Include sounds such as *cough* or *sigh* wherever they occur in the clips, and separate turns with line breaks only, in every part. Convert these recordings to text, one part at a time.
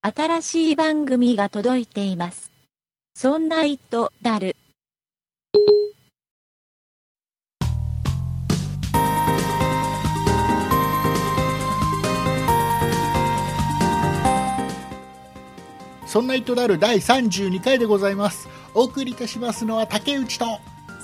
新しい番組が届いています。そんな糸だる。
そんな糸である第32回でございますお送りいたしますのは竹内と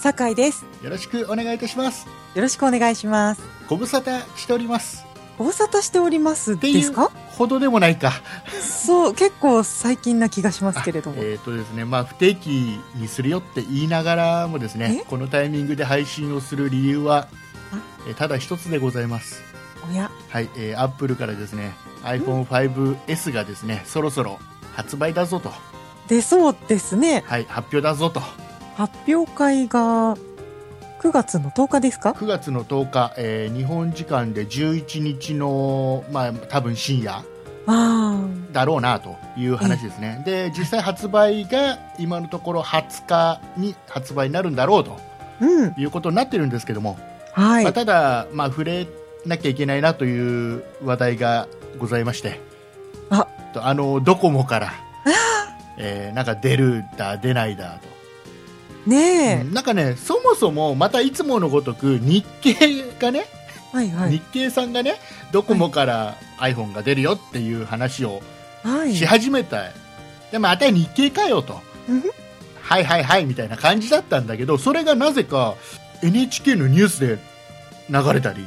酒井です。
よろしくお願いいたします
よろしくお願いします。
ご無沙汰しております
ご無沙汰しております
ってい
で
う
すか
ほどでもないか
そう、結構最近な気がしますけれども。
えっ、とですねまあ不定期にするよって言いながらもですね
え
このタイミングで配信をする理由は
あ
えーただ一つでございます
おや、
はい、えー、アップルからですね iPhone5S がですね、そろそろ発売だぞと、
出そうですね。
はい、発表だぞと
発表会が9月の10日ですか
9月の10日、えー日本時間で11日の、まあ、多分深夜
あ
だろうなという話ですね、で実際発売が今のところ20日に発売になるんだろうと
あ、うん。
いうことになってるんですけども、
はい
まあ、。ただ、まあ、触れなきゃいけないなという話題がございまして
あ
とあのドコモから、えーなんか出るだ出ないだと。う
ねえ。
んなんかねそもそもまたいつものごとく日経がね
はいは
日
い。
経さんがねドコモから iPhone が出るよっていう話を
はい。
し始めた、でまた日経かよと
うん
はいはいはいみたいな感じだったんだけどそれがなぜか NHK のニュースで流れたり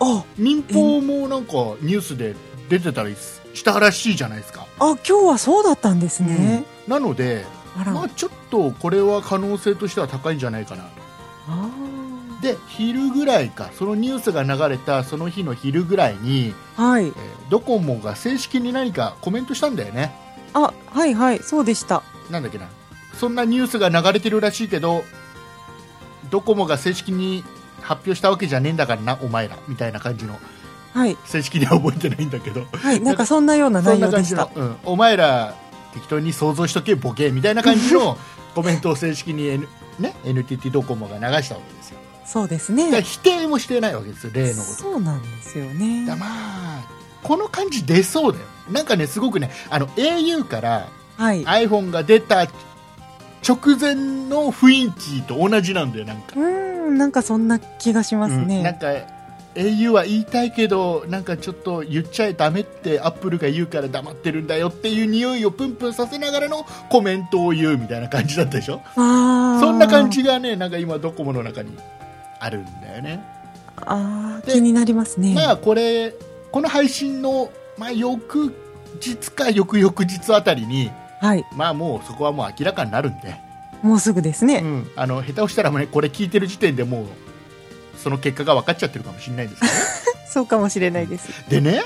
あ、
民放もなんかニュースで出てたりしたらしいじゃないですか、
あ、今日はそうだったんですね。
なので、
あら。
まあ、
あ
ちょっとこれは可能性としては高いんじゃないかなと。
あ
で昼ぐらいかそのニュースが流れたその日の昼ぐらいに、
はい
え。ードコモが正式に何かコメントしたんだよね
あ、はいはい。そうでした。
なんだっけなそんなニュースが流れてるらしいけどドコモが正式に発表したわけじゃねえんだからなお前らみたいな感じの
はい。
正式には覚えてないんだけど
はい。なん *laughs* かそんなような
そ
内
んな
容
感
で
じ
した
の。、うん、お前ら適当に想像しとけボケみたいな感じ
*laughs*
のコメントを正式に、N ね、NTT ドコモが流したわけですよ
そうです
だから
ね。
否定もしてないわけですよ例のこと
そうなんですよね。
だまあこの感じ出そうだよなんかねすごくねあの au から
は
*laughs*
い。
iPhone が出た直前の雰囲気と同じなんだよなんか
う、ーん、なんかそんな気がします
うんなん
ね。
か au は言いたいけどなんかちょっと言っちゃダメってアップルが言うから黙ってるんだよっていう匂いをプンプンさせながらのコメントを言うみたいな感じだったでしょ
ああ。
そんな感。じがねなんか今ドコモの中にあるんだよね
ああ、
で
気になりますね。
まあこれこの配信の、まあ、翌日か翌々日あたりに
はい。
まあもうそこはもう明らかになるんで、
もうすぐです
う
ね。
ん、あの下手をしたらもうねこれ聞いてる時点でもうその結果が分かっちゃってるかもしれない
*laughs*
ですけ
そうかもしれないです。
どねでね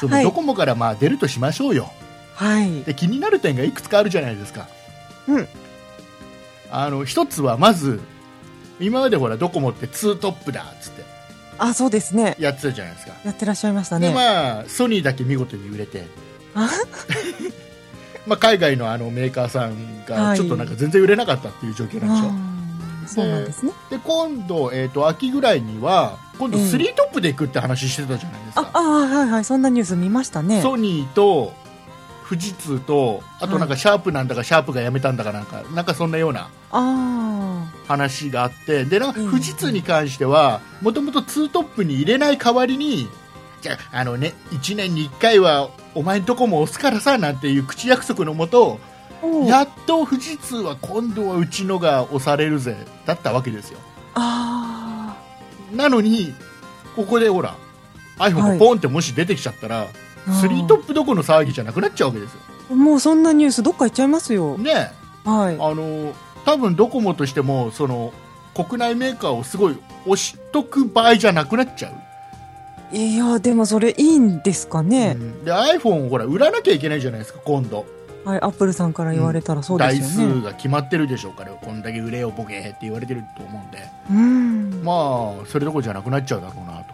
そ
は
の
い
ドコモからまあ出るとしましょうよ
はい。
で気になる点がいくつかあるじゃないですか、
うん、
あの一つはまず今までほらドコモってツートップだっつって
あ、そうですね。
やってたじゃないですか
やってらっしゃいました
で
ね。
まあソニーだけ見事に売れて
あ
*laughs* まあ海外のあのメーカーさん
は
が
い
ちょっとなんか全然売れなかったっていう状況なんですよ、
あーそうなんですね。
で今度、えー、と秋ぐらいには今度
うん
3トップで行くって話してたじゃないです
あ
か、、
あーはいはい。そんなニュース見ましたね。
ソニーと富士通とあとなんかシャープなんだかシャープがやめたんだかなんかなんかそんなような
あ
話があってでなんか
うん
富士通に関してはもともと2トップに入れない代わりにじゃああのね1年に1回はお前んとこも押すからさなんていう口約束のもと
あ。おう
やっと富士通は今度はうちのが押されるぜだったわけですよ
あ
なのにここでほら iPhone
は
が
い
ポンってもし出てきちゃったら、
あ。
スリートップどこの騒ぎじゃなくなっちゃうわけですよ
プ。もうそんなニュースどっか行っちゃいますよ。
ねえ
はい。
あの多分ドコモとしてもその国内メーカーをすごい押しとく場合じゃなくなっちゃう、
いや、でもそれいいんですか
う
ね。
んで iPhone をほら売らなきゃいけないじゃないですか今度、
はい。アップルさんから言われたらそうで
台
すよ
数
ね。
が決まってるでしょうからこんだけ売れよボケーって言われてると思うんで
うん。
まあそれどころじゃなくなっちゃうだろうなと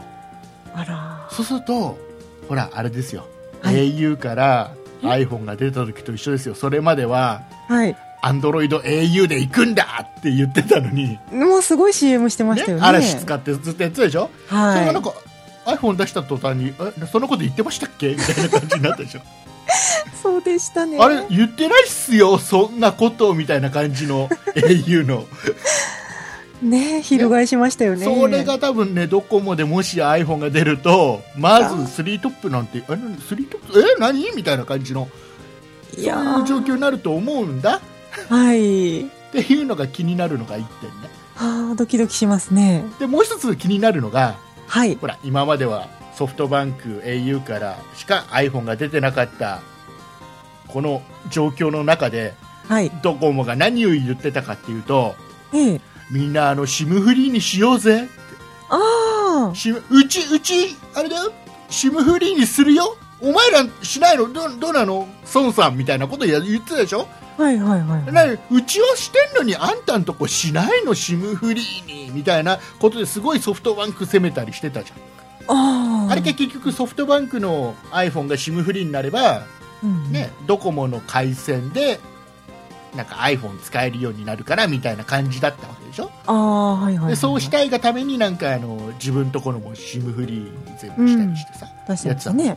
あら。
そうするとほらあれですよ、
はい
au から iPhone が出た時と一緒ですよそれまでは
はい。
アンドロイド au で行くんだって言ってたのに、
もうすごい CM してましたよ
ね
ね。
嵐使ってずっとやってたでしょ、それがなん
は *laughs*
か iPhone 出した途端にえそのこと言ってましたっけみたいな感じになったでしょ
い。そうでしたね
あれ言ってないっすよそんなことみたいな感じの *laughs* au の
ねえ翻しましたよね
それが多分ねドコモでもし iPhone が出るとまず3トップなんてえ何3トップえ何みたいな感じの
い
そ
や
う
ー
いう状況になると思うんだ
はい
っていうのが気になるのが1点ね
あードキドキしますね
でもう一つ気になるのが
はい
ほら今まではソフトバンク au からしか iPhone が出てなかったこの状況の中で
はい
ドコモが何を言ってたかっていうと
ええ
みんなあの SIM フリーにしようぜ
ああ
SIM うちうちあれだよ SIM フリーにするよお前らしないのどどうなの孫さんみたいなことや言ってたでしょ
はいはいはい
なうちはしてんのにあんたんとこしないの SIM フリーにみたいなことですごいソフトバンク攻めたりしてたじゃん
ああ
あれって結局ソフトバンクの iPhone が SIM フリーになれば、
うん
ね、ドコモの回線でなんか iPhone 使えるようになるからみたいな感じだったわけでしょ、
ああはいはいはい
でそうしたいがためになんかあの自分とこのも SIM フリーに全部したりしてさ、
確
や
か
つだ
にね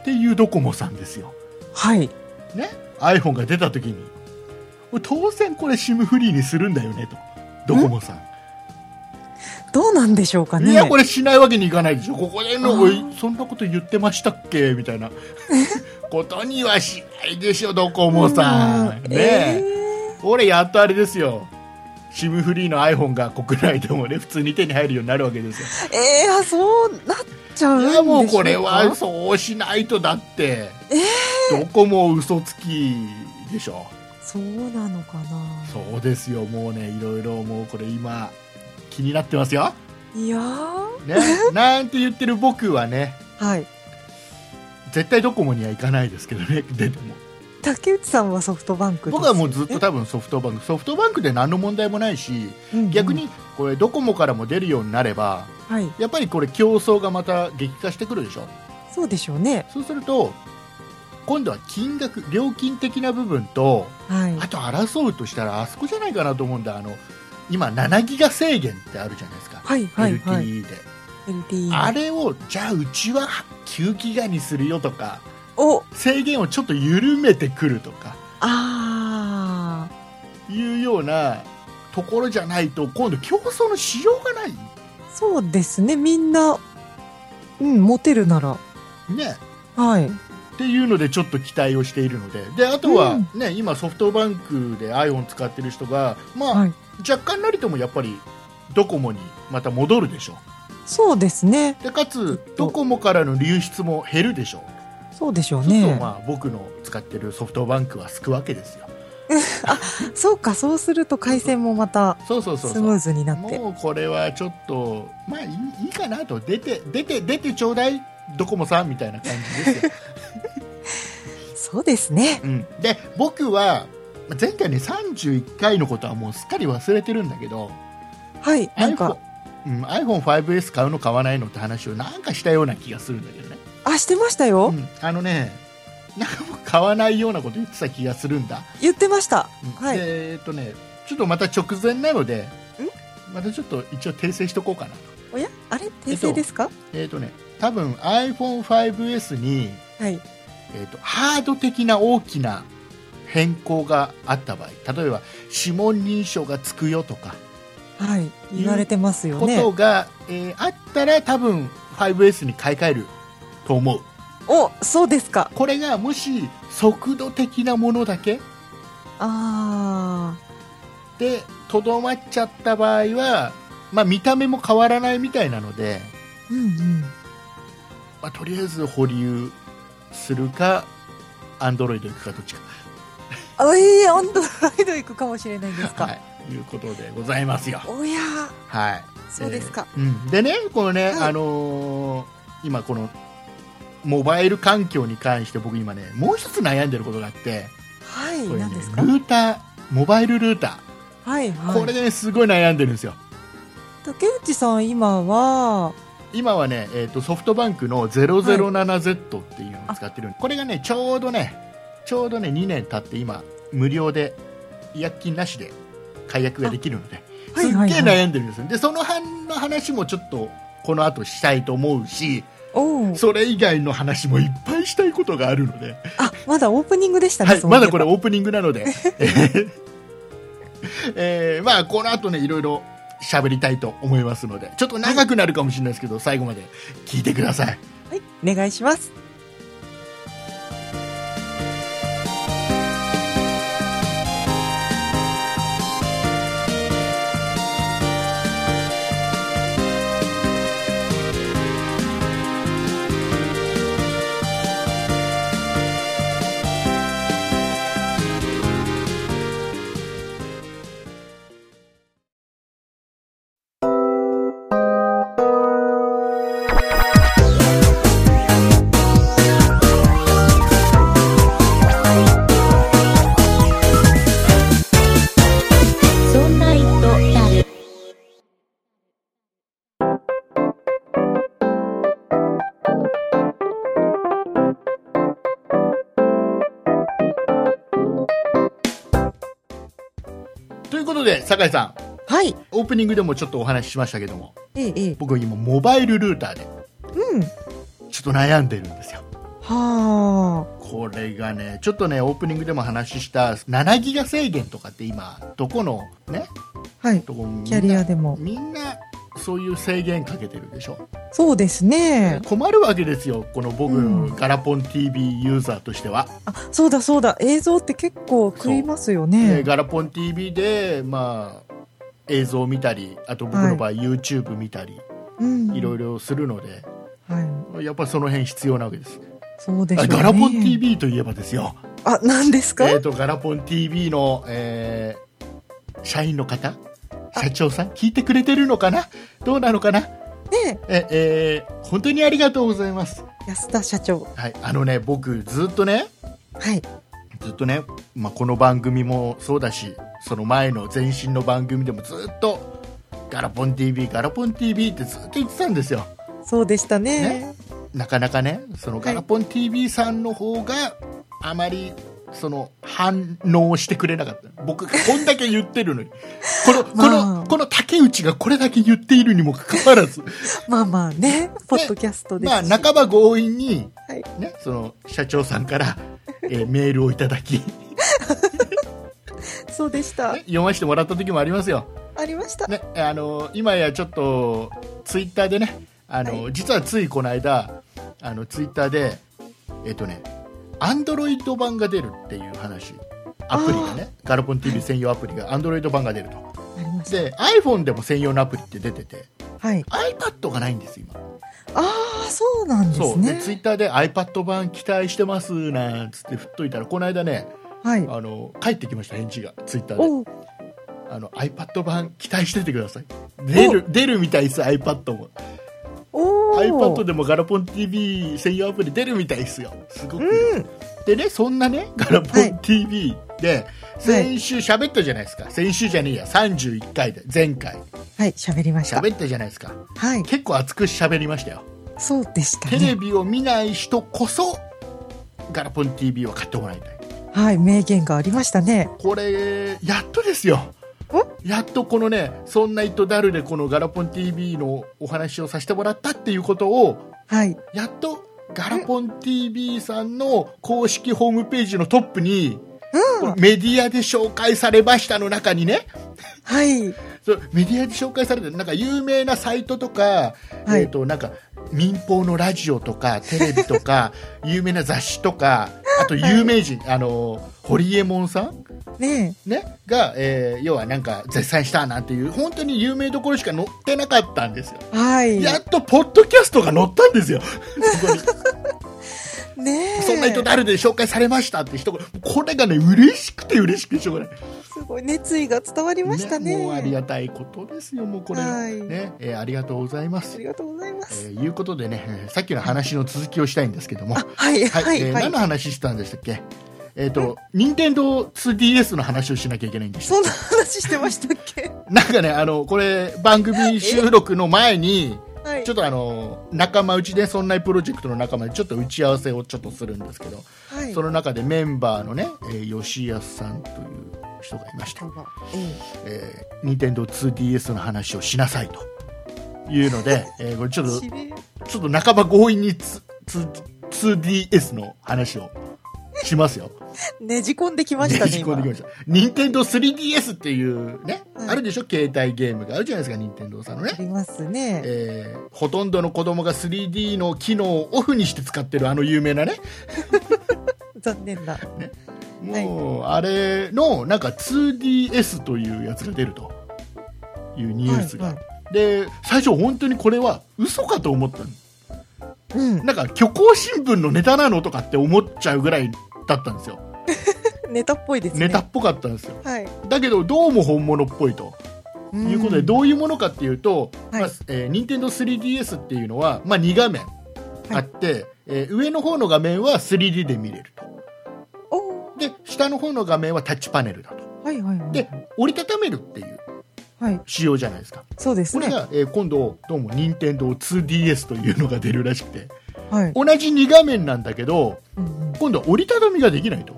っていうドコモさんですよ、
はい
ね、iPhone が出た時に当然これ SIM フリーにするんだよねとドコモさん
どうなんでしょうかね
いや、これしないわけにいかないでしょ。ここでの、
あー
おいそんなこと言ってましたっけみた
*laughs*
いな。ことにはしないでしょ、ドコモさん。ね
う
え、
え
俺、やっとあれですよ。シムフリーの iPhone が国内でもね、普通に手に入るようになるわけですよ。
ーえーあそうなっちゃうん
い
で
や、
しょうか
もうこれは、そうしないとだって。ドコモ嘘つきでしょ。
そうなのかな
そうですよ、もうね、いろいろもうこれ今、気になってますよ。
いやー *laughs*
ね。なんて言ってる僕はね、
はい
絶対ドコモには行かないですけどね、出ても。
竹内さんはソフトバンクです
僕はもうずっと多分ソフトバンク、ソフトバンクで何の問題もないし、
うんうん
逆にこれドコモからも出るようになれば、
はい
やっぱりこれ競争がまた激化してくるでしょ。
そうでしょうね
そうすると、今度は金額、料金的な部分と、
はい
あと争うとしたらあそこじゃないかなと思うんだ。あの、今7ギガ制限ってあるじゃないですか。
はいはいはい
LTE で。
LTE
あれを、じゃあうちは9ギガにするよとか、
お
制限をちょっと緩めてくるとか。
あ
いうようなところじゃないと今度競争のしようがない
ーそうですねみんなうんモテるなら
ね
はい
っていうのでちょっと期待をしているのでであとは、ね今ソフトバンクで iPhone 使ってる人が、まあ
はい
若干なりともやっぱりドコモにまた戻るでしょ
そうですね
でかつ
っと
ドコモからの流出も減るでしょ
そうでしょう
そうすると
ね
まあ僕の使ってるソフトバンクは救うわけですよ
そうかそうすると回線もまた
そうそうそう
ス
そう
ムーズになって
もうこれはちょっとまあいいいいかなと出て出て出てちょうだいドコモさんみたいな感じですよ
そうですね
うん、で僕は前回ね31回のことはもうすっかり忘れてるんだけど
はいなんか
iPhone うん、iPhone5S 買うの買わないのって話をなんかしたような気がするんだけどね、
あしてましたよ、
うん、あのねなんか僕買わないようなこと言ってた気がするんだ、
言ってました
うん
はい
でえっとねちょっとまた直前なのでまたちょっと一応訂正しとこうかなと
おやあれ訂正ですか、
えっ、とね多分 iPhone5S に、
はい
えっとハード的な大きな変更があった場合例えば指紋認証がつくよとか
はい言われてますよ
こ
ね
とが、えーあったら多分 5S に買い替えると思う
おそうですか
これがもし速度的なものだけ
あ
でとどまっちゃった場合は、まあ、見た目も変わらないみたいなので、
ーうんうん
まあ、とりあえず保留するかアンドロイド行くかどっちか
あええアンドロイド行くかもしれないですか、
はいいうことでございますよ
おやー
はい
そうですか、
えーうん、でねこのね、
はい
あのー今このモバイル環境に関して僕今ねもう一つ悩んでることがあって
はい
これね
何です
ル
か
ーターモバイルルータ
はい
ー、
はい
これでねすごい悩んでるんですよ
竹内さん今は
今はね、えー、とソフトバンクの 007Z っていうのを使ってる、これがねちょうどねちょうどね2年経って今無料で違約金なしで解約ができるので、
あはいはいはい
すっげえ悩んでるんですよでその辺の話もちょっとこの後したいと思うし
おお
それ以外の話もいっぱいしたいことがあるので
あまだオープニングでしたね、
はい、
そういえ
ま
ば
だこれオープニングなので、 *laughs* えーえーまあ、この後ね、いろいろ喋りたいと思いますので、ちょっと長くなるかもしれないですけど、最後まで聞いてください。
はい、お願いします。
そんな糸だる。
ということで、酒井さん、
はい。
オープニングでもちょっとお話ししましたけども、
ええ、ええ。
僕は今、モバイルルーターで
うん。
ちょっと悩んでるんですよ。
は
これがね、ちょっとね、オープニングでも話しした7ギガ制限とかって今、どこのね、
あ。はい。
どこ
キャリアでも。
みんなそういう制限かけてるでしょ。
そうですね。
困るわけですよ、この僕、
うん
ガラポン TV ユーザーとしては。
あ、そうだそうだ。映像って結構食いますよ
で
ね。
ガラポン TV で、まあ、映像を見たり、あと僕の場合、YouTube 見たり、
うん。
いろい
ろ。
ろするので、
はい。
やっぱりその辺必要なわけです。
そうでしょ
あ
うね。
ガラポン。TV といえばですよ、
あ、何ですか、
えー、とガラポン TV の、えー社員の方、社長さん、聞いてくれてるのかな、どうなのかな、
ね
ええー本当にありがとうございます。
安田社長。
はい、あのね僕ずっとね
はい。
ずっとね、まあ、この番組もそうだしその前の前身の番組でもずっと「ガラポン TV ガラポン TV」ってずっと言ってたんですよ
そうでしたね。
ねなかなかねその
い
ガラポン TV さんの方があまりその反応してくれなかった僕がこんだけ言ってるの
*laughs*
にこのこの、
まあ
この竹内がこれだけ言っているにもかかわらず
まあまあね。ポッドキャストですし。
まあ半ば強引に、
はい
ね、その社長さんから、えーメールをいただき、ね
そうでした。
読ませてもらった時もありますよ
ありました。
ね、あの今やちょっとツイッターでねあの、
は
実はついこの間あのツイッターでえっとねアンドロイド版が出るっていう話アプリがねガラポン TV 専用アプリがアンドロイド版が出ると
ありまし
で iPhone でも専用のアプリって出てて
た。はい。
iPad がないんです今
ああ、そうなんで
そ
す
うで
ね。
ツイッターで iPad 版期待してますなんつって振っといたらこの間ね
はい。
あの返ってきました返事がツイッターで
おう
あの iPad 版期待しててください出る出るみたいです iPad も
おー
iPad でもガラポン TV 専用アプリ出るみたいですよすごく、
うん。
でねそんなねガラポ
は
ン
い
TV で、先週喋ったじゃないですか先週じゃねえや31回で前回
はい、喋りました。
喋ったじゃないですか
はい。
結構熱く喋りましたよ
そうでした
テレ
ね。
ビを見ない人こそガラポン TV を買ってもらいたい
はい、名言がありましたね。
これやっとですよ
お
やっとこのね「そんな糸だる」でこのガラポン TV のお話をさせてもらったっていうことを
はい。
やっとガラポン TV さんの公式ホームページのトップに、
うん。
メディアで紹介されましたの中にね、
はい。
そうメディアで紹介されてる、なんか有名なサイトとか、
はい
えっ、と、なんか民放のラジオとか、テレビと
*laughs*
か、有名な雑誌とか、あと有名人、あの、堀江門さん
ね
ね、が、えー要はなんか絶賛したなんていう、本当に有名どころしか載ってなかったんですよ。
え。はい。
やっと、ポッドキャストが載ったんです
*laughs*
よ。そこに
ねえ。
そんな人誰で紹介されましたって人がこれがね嬉しくて嬉しくてしょうがない
すごい熱意が伝わりましたね。
もうありがたいことですよもうこれ、
はい
ねえーありがとうございま
あ
す
りがとうございま
え
す。
ーいうことでねえーさっきの話の続きをしたいんですけども
あ、はい、
はい、
はい、
えー
は
何
い
の。話したんでしたっけえっ、と任天堂 2DS の話をしなきゃいけないんでし
そんな話してましたっけ
たなんかねあのこれ番組収録の前に
はい
ちょ。っとあの仲間内でそんなプロジェクトの仲間でちょっと打ち合わせをちょっとするんですけど
はい。
その中でメンバーのね、えー吉安さんという人がいまして
方がええ
えー、任天堂 2DS の話をしなさいというの
*laughs*
で、えーこれちょっと
きれい
ちょっと半ば強引につつ 2DS の話をしますよ。
ねじ込んできましたね、
ねじ込ん
今
でき。ました。任天堂 3DS っていうね、
はい
あるでしょ携帯ゲームがあるじゃないですか、任天堂さんの
あ
ね。
りますね。
えーほとんどの子供が 3D の機能をオフにして使ってるあの有名なね。
残念な。
もう、あれの、なんか 2DS というやつが出るというニュースが。
はいは
で、最初本当にこれは嘘かと思ったの
うん。
なんか虚構新聞のネタなのとかって思っちゃうぐらいだったんですよ。
ネタっぽいですね。
ネタっぽかったんですよ。
はい。
だけど、どうも本物っぽいと。
ん
いうことで、どういうものかっていうと、
はい
まあえー、Nintendo3DS っていうのは、まあ、2画面あって、えー上の方の画面は 3D で見れると。
おー
で、下の方の画面はタッチパネルだと。
はいはいはい。
で、折りたためるっていう
はい。
仕様じゃないですか。
そうです
これ
ね。
が、えー今度、どうも Nintendo2DS というのが出るらしくて、
はい。
同じ2画面なんだけど、
うんうん
今度は折りたたみができないと。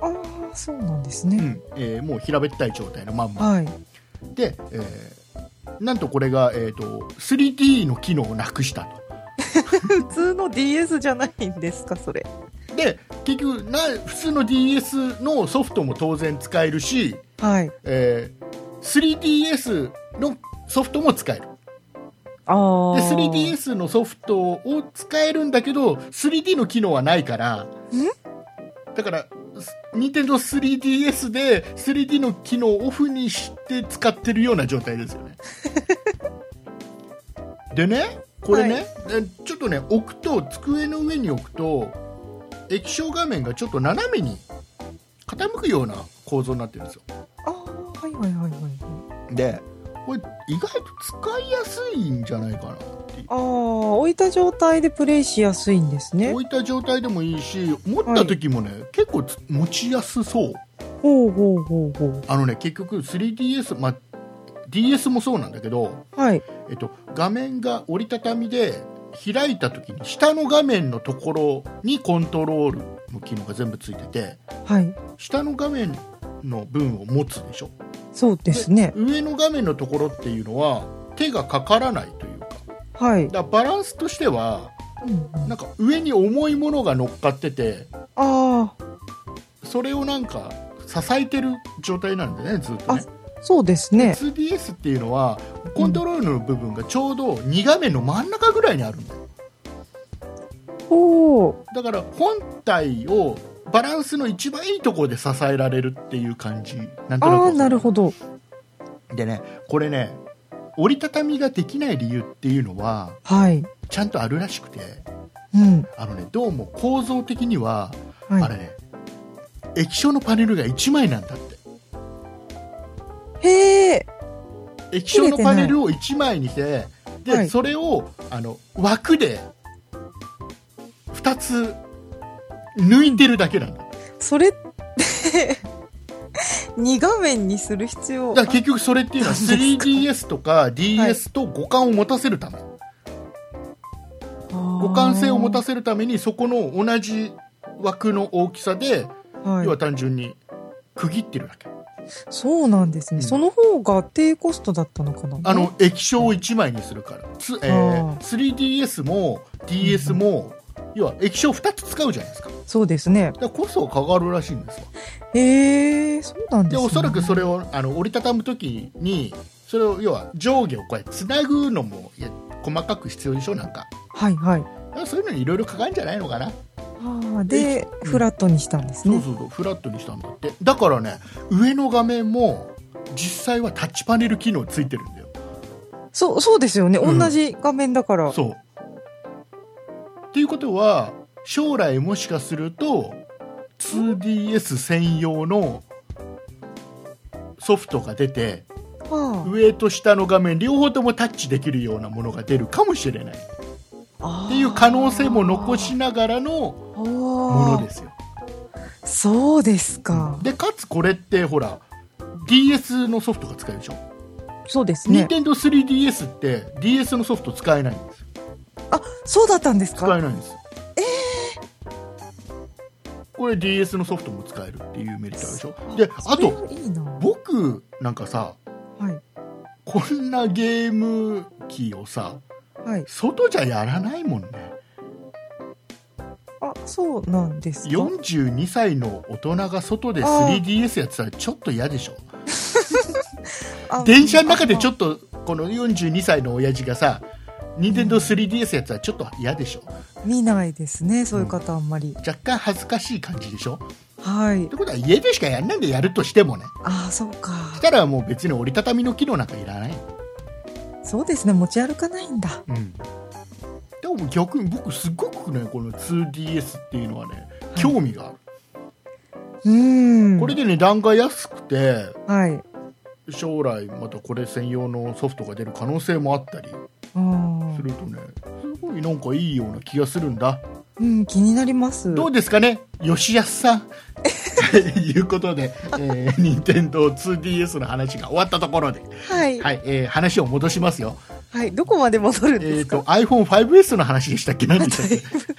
ああ、そうなんです
う
ね。
んえーもう平べったい状態のまんま。
はい。
で、えーなんとこれが、えー、と 3D の機能をなくしたと。
普通の DS じゃないんですか、それ。
で結局な普通の DS のソフトも当然使えるし、
はい。
えー 3DS のソフトも使える
ああ。
で 3DS のソフトを使えるんだけど 3D の機能はないからだからす Nintendo3DS で 3D の機能をオフにして使ってるような状態ですよね
*laughs*
でねこれね、
はい
えちょっとね置くと机の上に置くと液晶画面がちょっと斜めに傾くような構造になってるんですよ
ああ、はいはいはいはい。
でこれ意外と使いやすいんじゃないかなっていう
ああ、置いた状態でプレイしやすいんですね。
置いた状態でもいいし持った時もね、結構つ持ちやすそう
ほうほうほうほう。
あのね結局 3DS、まあ、DS もそうなんだけど、
はい。
えっと、画面が折りたたみで開いた時に下の画面のところにコントロールの機能が全部ついてて
はい。
下の画面の分を持つでしょ
そうですね。
上の画面のところっていうのは手がかからないというか
はい。
だからバランスとしては
うんうん、
な
あ
んか上に重いものが乗っかってて
あ
それをなんか支えてる状態なんでねずっと
あ
ね
ー、そうですね。
2DS っていうのはコントロールの部分がちょうど2画面の真ん中ぐらいにあるんだよ
ほう。
だから本体をバランスの一番いいところで支えられるっていう感じなんとなく
ああ、なるほど。
でねこれね折りたたみができない理由っていうのは
はい。
ちゃんとあるらしくて
うん。
あのねどうも構造的には、
はい。
あれね液晶のパネルが1枚なんだって
へえ。
液晶のパネルを1枚にしてで、
はい
それをあの枠で2つ抜いてるだけなんだだ
それって、2画面にする必要
から結局それっていうのは
そうですか
3DS とか DS と互換を持たせるため、互換性を持た
せ、
せるためにそこの同じ枠の大きさで、
は、
要はい単純に区切ってるだけ
そうなんですね、
うん
その方が低コストだったのかな
あの液晶を1枚にするから、つえー
あ
3DS も DS も、要は液晶2つ使うじゃないですかだか
そうですね
らコストがかかるらしいんですよ
へえそうなん
で
で
す
ね
おそらくそれをあの折りたたむ時にそれを要は上下をこうやってつなぐのもいや細かく必要でしょなんか
はいはい
だからそういうのにいろいろかかるんじゃないのかな、
ああで、
うん
フラットにしたんです
そう
ね
そうそうフラットにしたんだってだからね上の画面も実際はタッチパネル機能ついてるんだよ
そうそうですよね、
うん
同じ画面だから
そうっていうことは将来もしかすると 2DS 専用のソフトが出て
は
上と下の画面両方ともタッチできるようなものが出るかもしれないっ
あ
ていう可能性も残しながらのも
も
のですよ
すそうですか、
でかつこれってほら DS のソフトが使えるでしょ、
そうですね
Nintendo3DS って DS のソフト使えないんですよ
あそうだったんです
使
か
えないんですこれ DS のソフトも使えるっていうメリットあるでしょであ
それ
と
はいいな
僕なんかさ
はい
こんなゲーム機をさ
はい
外じゃやらないもんね
あそうなんですか。
42歳の大人が外で
あ
3DS やってたらちょっと嫌でしょ
あ
電車の中でちょ
っ
っとこの42歳の親父がさ任天堂 3DS やってたらちょっと嫌でしょ
と。見ないですね、そういう方あんまり。
若干恥ずかしい感じでしょ
はい
っ。てことは家でしかやんないんでやるとしてもね
ああ、そうか。
したらもう別に折りたたみの機能なんかいらない
そうですね、持ち歩かないんだ。
うんでも逆に僕すごくねこの 2DS っていうのはね
い
興味がある、
うーん。
これで値段が安くて
はい。
将来またこれ専用のソフトが出る可能性もあったり
うん
す。るとねすごいなんかいいような気がするんだ
うん、気になります。
どうですかね吉安さん *laughs* ということで、えー、任天堂 2DS の話が終わったところで、
はい。
はいえー話を戻しますよ、
はい。どこまで戻るんで
え
す
ー、と
か
iPhone5S の話でしたっけ何でしたっ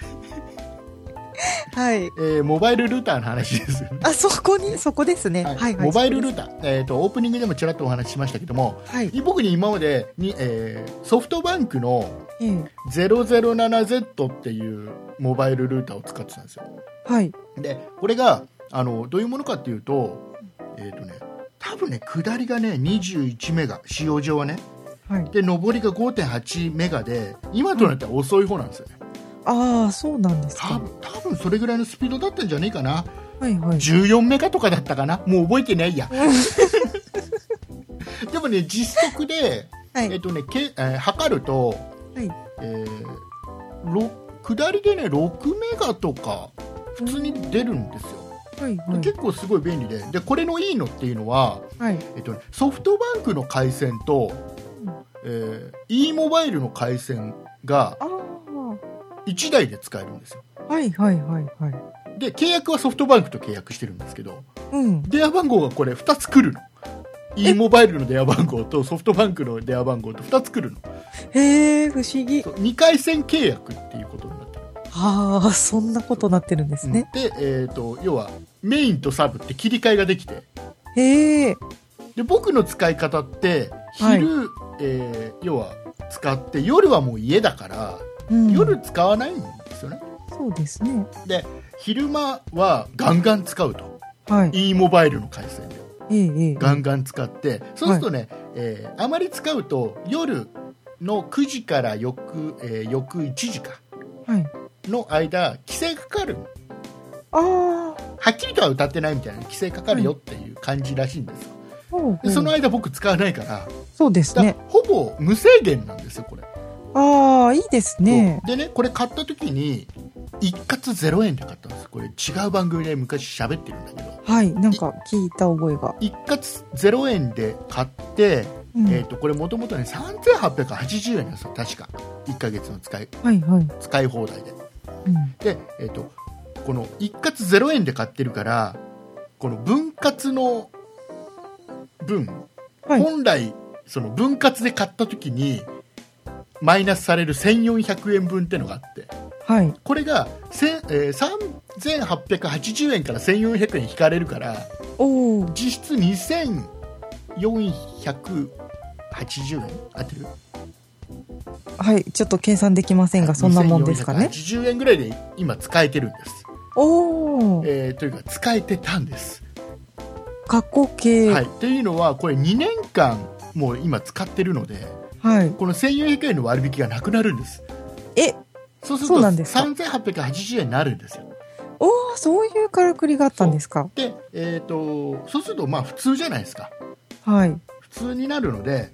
け、
*laughs* はい。
えーモバイルルーターの話ですよね
あ、そこに、そこですね。はい。はい。
モバイルル
ル
ーター、えー、とオープニングでもちらっとお話ししましたけども
はい。
僕に今までに、えーソフトバンクの
ええ
007Z っていうモバイルルーターを使ってたんですよ
はい。
でこれがあのどういうものかっていうとえっ、とね多分ね下りがね21メガ使用上はね
はい。
で上りが5.8メガで今となっては遅い方なんですよね、
ああ、そうなんです
多
か。
分多分それぐらいのスピードだったんじゃないかな
はいはい。
14メガとかだったかなもう覚えてない *laughs* やでもね実測で、
は
えっ
い。
とねけえー測ると、
はい。
えーろ下りでね6メガとか普通に出るんですよ、
はい
で
はい。
結構すごい便利ででこれのいいのっていうのは、
はい。
えっとね、ソフトバンクの回線と、えー e モバイルの回線が
ああ。
1台で使えるんですよ
はいはいはいはい。
で契約はソフトバンクと契約してるんですけど
うん。
電話番号がこれ2つ来るの e モバイルの電話番号とソフトバンクの電話番号と2つ来るの
へえ、不思議。
2回線契約っていうことになってる
ああ、そんなことなってるんですね。
で、えー、と要はメインとサブって切り替えができて
へえ。
で僕の使い方って
はい
昼、えー要は使って夜はもう家だから、
うん
夜使わないんですよね
そうですね。
で昼間はガンガン使うと
はい。
e モバイルの回線で
ええええ。
ガンガン使ってそうするとね、えーあまり使うと夜の9時から翌,、えー翌1時か
はい。
の間規制かかる
ああ。
はっきりとは歌ってないみたいな規制かかるよっていう感じらしいんですよ、
ほうほ
で
う
その間僕使わないから
そうです
だから
ね。
ほぼ無制限なんですよこれ
ああ、いいですね。
そうでねこれ買った時に一括0円で買ったんですこれ違う番組で昔喋ってるんだけど
はい。なんか聞いた覚えが。
一括0円で買って、
うん
えー、とこれもともとね3880円なんですよ確か1ヶ月の使い
はいはい。
使い放題で
うん。
で、えー、とこの一括0円で買ってるからこの分割の分、
はい
本来その分割で買った時にマイナスされる1400円分ってのがあって
はい。
これが、せんえー、3880円から1400円引かれるから
おお。
実質2480円合ってる
はい。ちょっと計算できませんが、そんなもんですかね。
2480円ぐらいで今使えてるんです、
おお。
えーというか使えてたんです、
過去形。
は、
はいい。
っていうのはこれ2年間もう今使ってるのでこの1400円の割引がなくなるんです
え、
そうすると
そうなんですか
3880円になるんですよ
おお、そういうからくりがあったんですか。
で、えー、とそうするとまあ普通じゃないですか
はい。
普通になるので、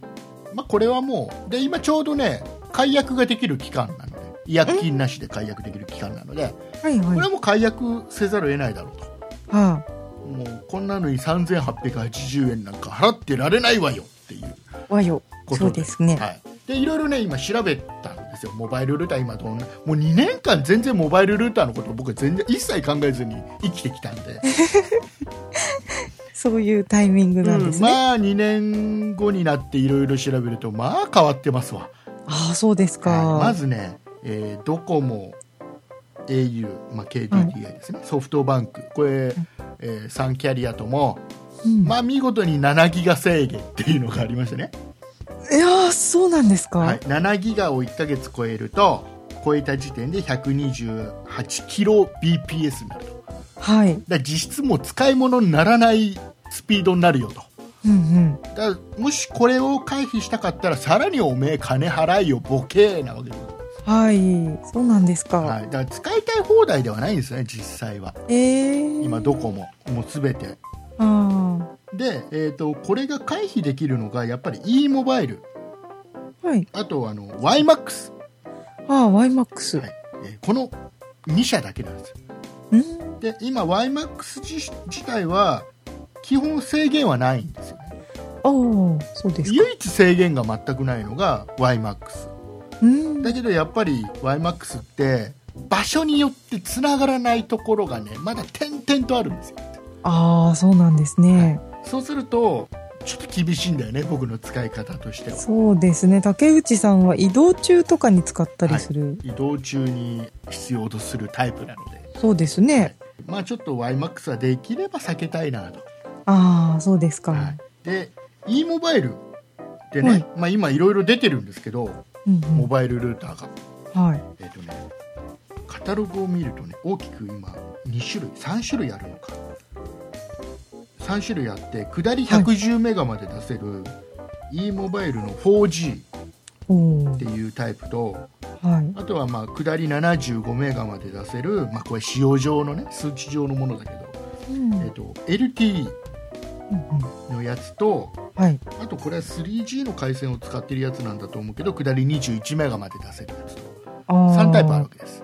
まあ、これはもうで今ちょうどね解約ができる期間なので違約金なしで解約できる期間なので
はい
これ
は。
はいもう解約せざるを得ないだろうと
は
もうこんなのに3880円なんか払ってられないわよっていう
あ。和よ。
こと
そうですね。
はい、でいろいろね今調べたんですよモバイルルーター今どんなもう2年間全然モバイルルーターのこと僕は全然一切考えずに生きてきたんで
そういうタイミングなんですね。
まあ2年後になっていろいろ調べるとまあ変わってますわ
ああ、そうですか。
はいまずね、えードコモ au、まあ、KDDI ですね、ソフトバンクこれ、え3キャリアとも、
うん
まあ、見事に7ギガ制限っていうのがありましたね、
いやーそうなんですか、
はい、7ギガを1ヶ月超えると超えた時点で 128kbps になるとだか
はい。
ら実質もう使い物にならないスピードになるよと
うん
だからもしこれを回避したかったらさらにおめえ金払いよボケーなわけです、
うん。はい。そうなんですか。
はい、だから使いたい放題ではないんですよね実際は
ええー。
今どこももう全て
あ
で、えー、とこれが回避できるのがやっぱり e モバイル
あ。はい。
あとあの YMAX、
ああ、ワイマックス。
はいえーこの2社だけなんですよ
うん。
で今 YMAX 自自体は基本制限はないんですよね
ああ、そうですか。
唯一制限が全くないのが YMAX
うん。
だけどやっぱり YMAX って場所によってつながらないところがねまだ点々とあるんですよ
ああ、そうなんですね。
そうするとちょっと厳しいんだよね僕の使い方としては
そうですね。竹内さんは移動中とかに使ったりする。
移動中に必要とするタイプなので
そうですね。
まあちょっと YMAX はできれば避けたいなと、
ああ、そうですか。
はい、で e モバイルでね、
はい
まあ、今いろいろ出てるんですけど
うん
モ
う
バイルルーターが、
ん。はい。
えっ、とねカタログを見るとね大きく今2種類3種類あるのか3種類あって下り110メガまで出せる、e モバイルの 4G
おお
っ。ていうタイプと
はい。
あとはまあ下り75メガまで出せる、まあ、これ使用上のね数値上のものだけど、
うん
えっと LTE
うんうん
のやつと
はい。
あとこれは 3G の回線を使ってるやつなんだと思うけど下り21メガまで出せるやつと
あー
3タイプあるわけです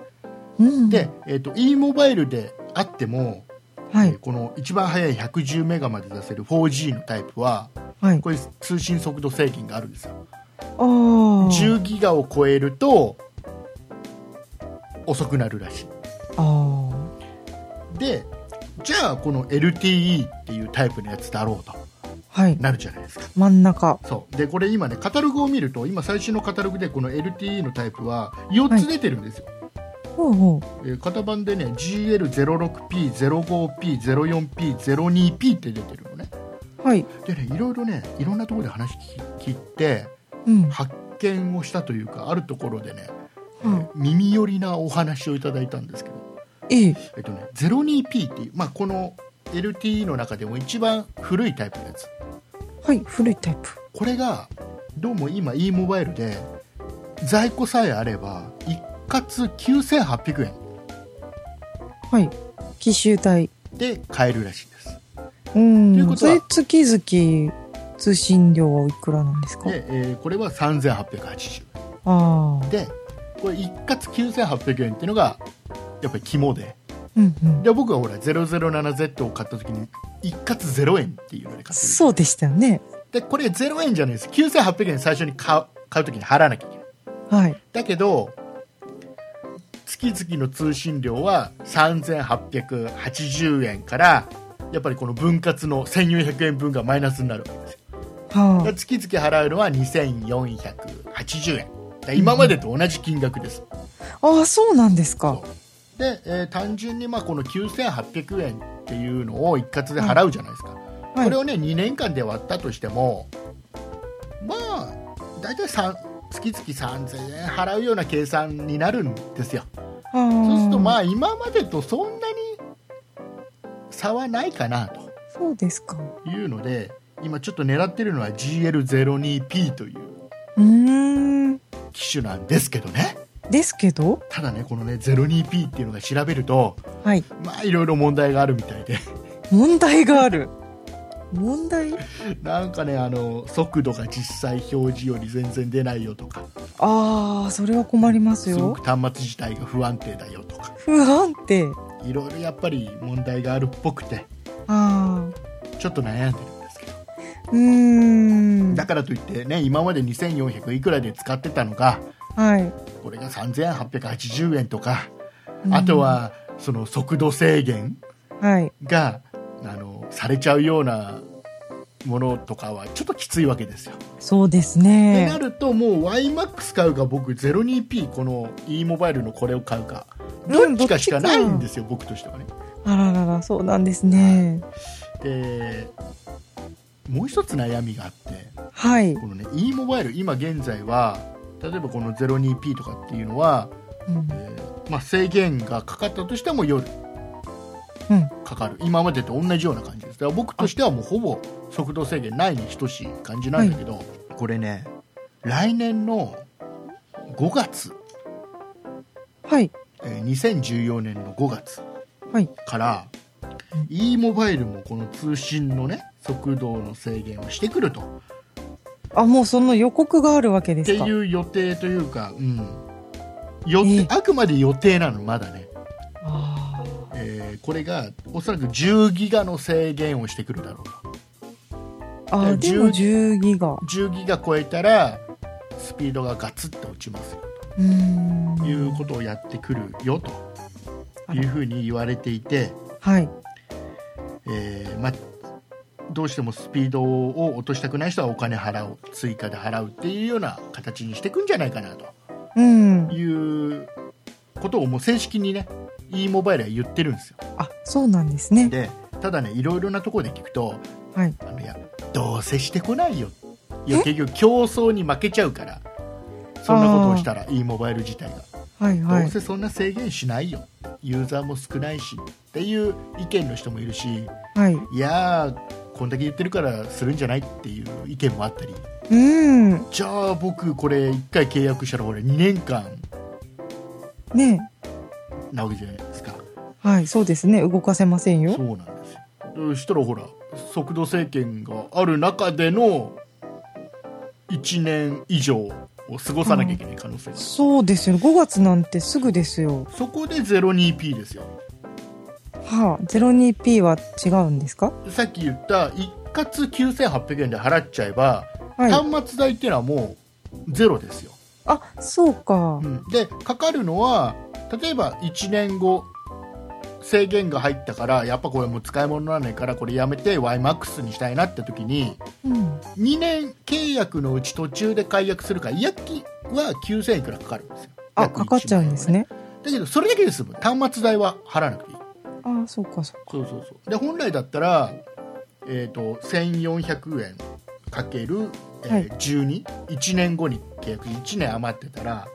うん、
で、えっと e モバイルであっても、
は
えー
い、
この一番速い110メガまで出せる 4G のタイプは
はい。
これ通信速度制限があるんですよ
ああ。
10ギガを超えると遅くなるらし
あ
いでじゃあこの LTE っていうタイプのやつだろうと
あ。はい。
なるじゃないですか
真ん中。
そうでこれ今ねカタログを見ると今最新のカタログでこの LTE のタイプは4つ出てるんですよ、
ほうほ
えー型番でね GL06P05P04P02P って出てるのね
う。はい。
でねいろいろねいろんなところで話聞聞いて
うん。
発見をしたというかあるところでね、え
うん
ー耳寄りなお話をいただいたんですけど
ええ。
えっとね 02P っていう、まあ、この LTE の中でも一番古いタイプのやつ
はい。古いタイプ。
これがどうも今 e モバイルで在庫さえあれば一括9800円
はい。奇襲隊。
で買えるらしいです
う
というこ
ん。
と
そ
は
れ月々通信料はおいくらなんですか
で、えーこれは3880円
ああ。
でこれ一括9800円っていうのがやっぱり肝で
うんうん。
で僕はほら 007Z を買った時に一括0円っていうので買ってる
そうでしたよね。
でこれ0円じゃないです9800円最初に買う買う時に払わなきゃいけない
はい。
だけど月々の通信料は3880円からやっぱりこの分割の1400円分がマイナスになるわけですよだか
は
ら月々払うのは2480円だから今までと同じ金額です、
あ。ああ、そうなんですか。
で、えー単純にまあこの9800円っていうのを一括で払うじゃないですか、
はい
これをね2年間で割ったとしてもまあ大体3月々3000円払うような計算になるんですよそうするとま
あ
あ今までとそんなに差はないかな
あ
と
ー。そうですか。
いうので今ちょっと狙ってるのは GL02P という
うーん。
機種なんですけどね
ですけど
ただねこのね 02P っていうのが調べると
はい。
まあいろいろ問題があるみたいで *laughs*
問題がある。問題
なんかねあの速度が実際表示より全然出ないよとか
ああ、それは困ります
すご
よ
く。端末自体が不安定だよとか
不安定。
いろいろやっぱり問題があるっぽくて
ああ。
ちょっと悩んでるんですけど
うーん。
だからといってね今まで2400いくらで使ってたのが
はい。
これが3880円とか、あとはその速度制限
はい。
があのされちゃうようなものとかはちょっときついわけですよ。
そうです
ってな
ね。
るともう YMAX 買うか僕 02P この e モバイルのこれを買うかどっちかしかないんですよ、僕としてはね。
あららら、そうなんですね。
でもう一つ悩みがあって
はい。
このね e モバイル今現在は例えばこの 02P とかっていうのは
うん
えーまあ、制限がかかったとしても夜
うん
かかる、今までと同じような感じですだから僕としてはもうほぼ速度制限ないに等しい感じなんだけど、これね来年の5月、
はい。
えー2014年の5月
はい
から e モバイルもこの通信のね速度の制限をしてくると
あ、もうその予告があるわけで
って
すか。
いう予定というか、うん予定
ええ
あくまで予定なのまだね、
あ
えーこれがおそらく10ギガの制限をしてくるだろうと
ーあー、
で
でも10ギガ。う
10ギガ超えたらスピードがガツッと落ちますよ
ーん。
ということをやってくるよと
あ
いう
ら
ふうに言われていて、
はい。
えーまあどうしてもスピードを落としたくない人はお金払う追加で払うっていうような形にしていくんじゃないかなと
うん。
いうことをもう正式にね e モバイルは言ってるんですよ
あ、そうなんですね。
でただねいろいろなところで聞くと
はい。
あのいやどうせしてこないよいや結局競争に負けちゃうからそんなことをしたら e モバイル自体が、
はいは
どう
い。
せそんな制限しないよユーザーも少ないしっていう意見の人もいるし
はい。
いやーこんだけ言ってるからするんじゃないっていう意見もあったり
うん。
じゃあ僕これ1回契約したら俺2年間
ね
なわけじゃないですか
はい。そうですね。動かせません
そ
よ。
うなんですよそしたらほら速度制限がある中での1年以上を過ごさなきゃいけない可能性がある、
そうですよ。5月なんてすぐですよ。
そこで 02P ですよ
はあ、02P は違うんですか
さっき言った一括9800円で払っちゃえば、
はい。
端末代っていうのはもうゼロですよ、
あ、そうか
う。んでかかるのは例えば1年後制限が入ったからやっぱこれもう使い物にならないからこれやめて YMAX にしたいなって時に
うん。
2年契約のうち途中で解約するから違約金は9000いくらかかるんですよ
あ、
約
かかっちゃうんですね。
1万円はねだけどそれだけで済む端末代は払わなくていい
あ、そうか、そうか。
そうそうそうで本来だったら、えー、と1400円かける、え
はい
ー、121年後に契約1年余ってたら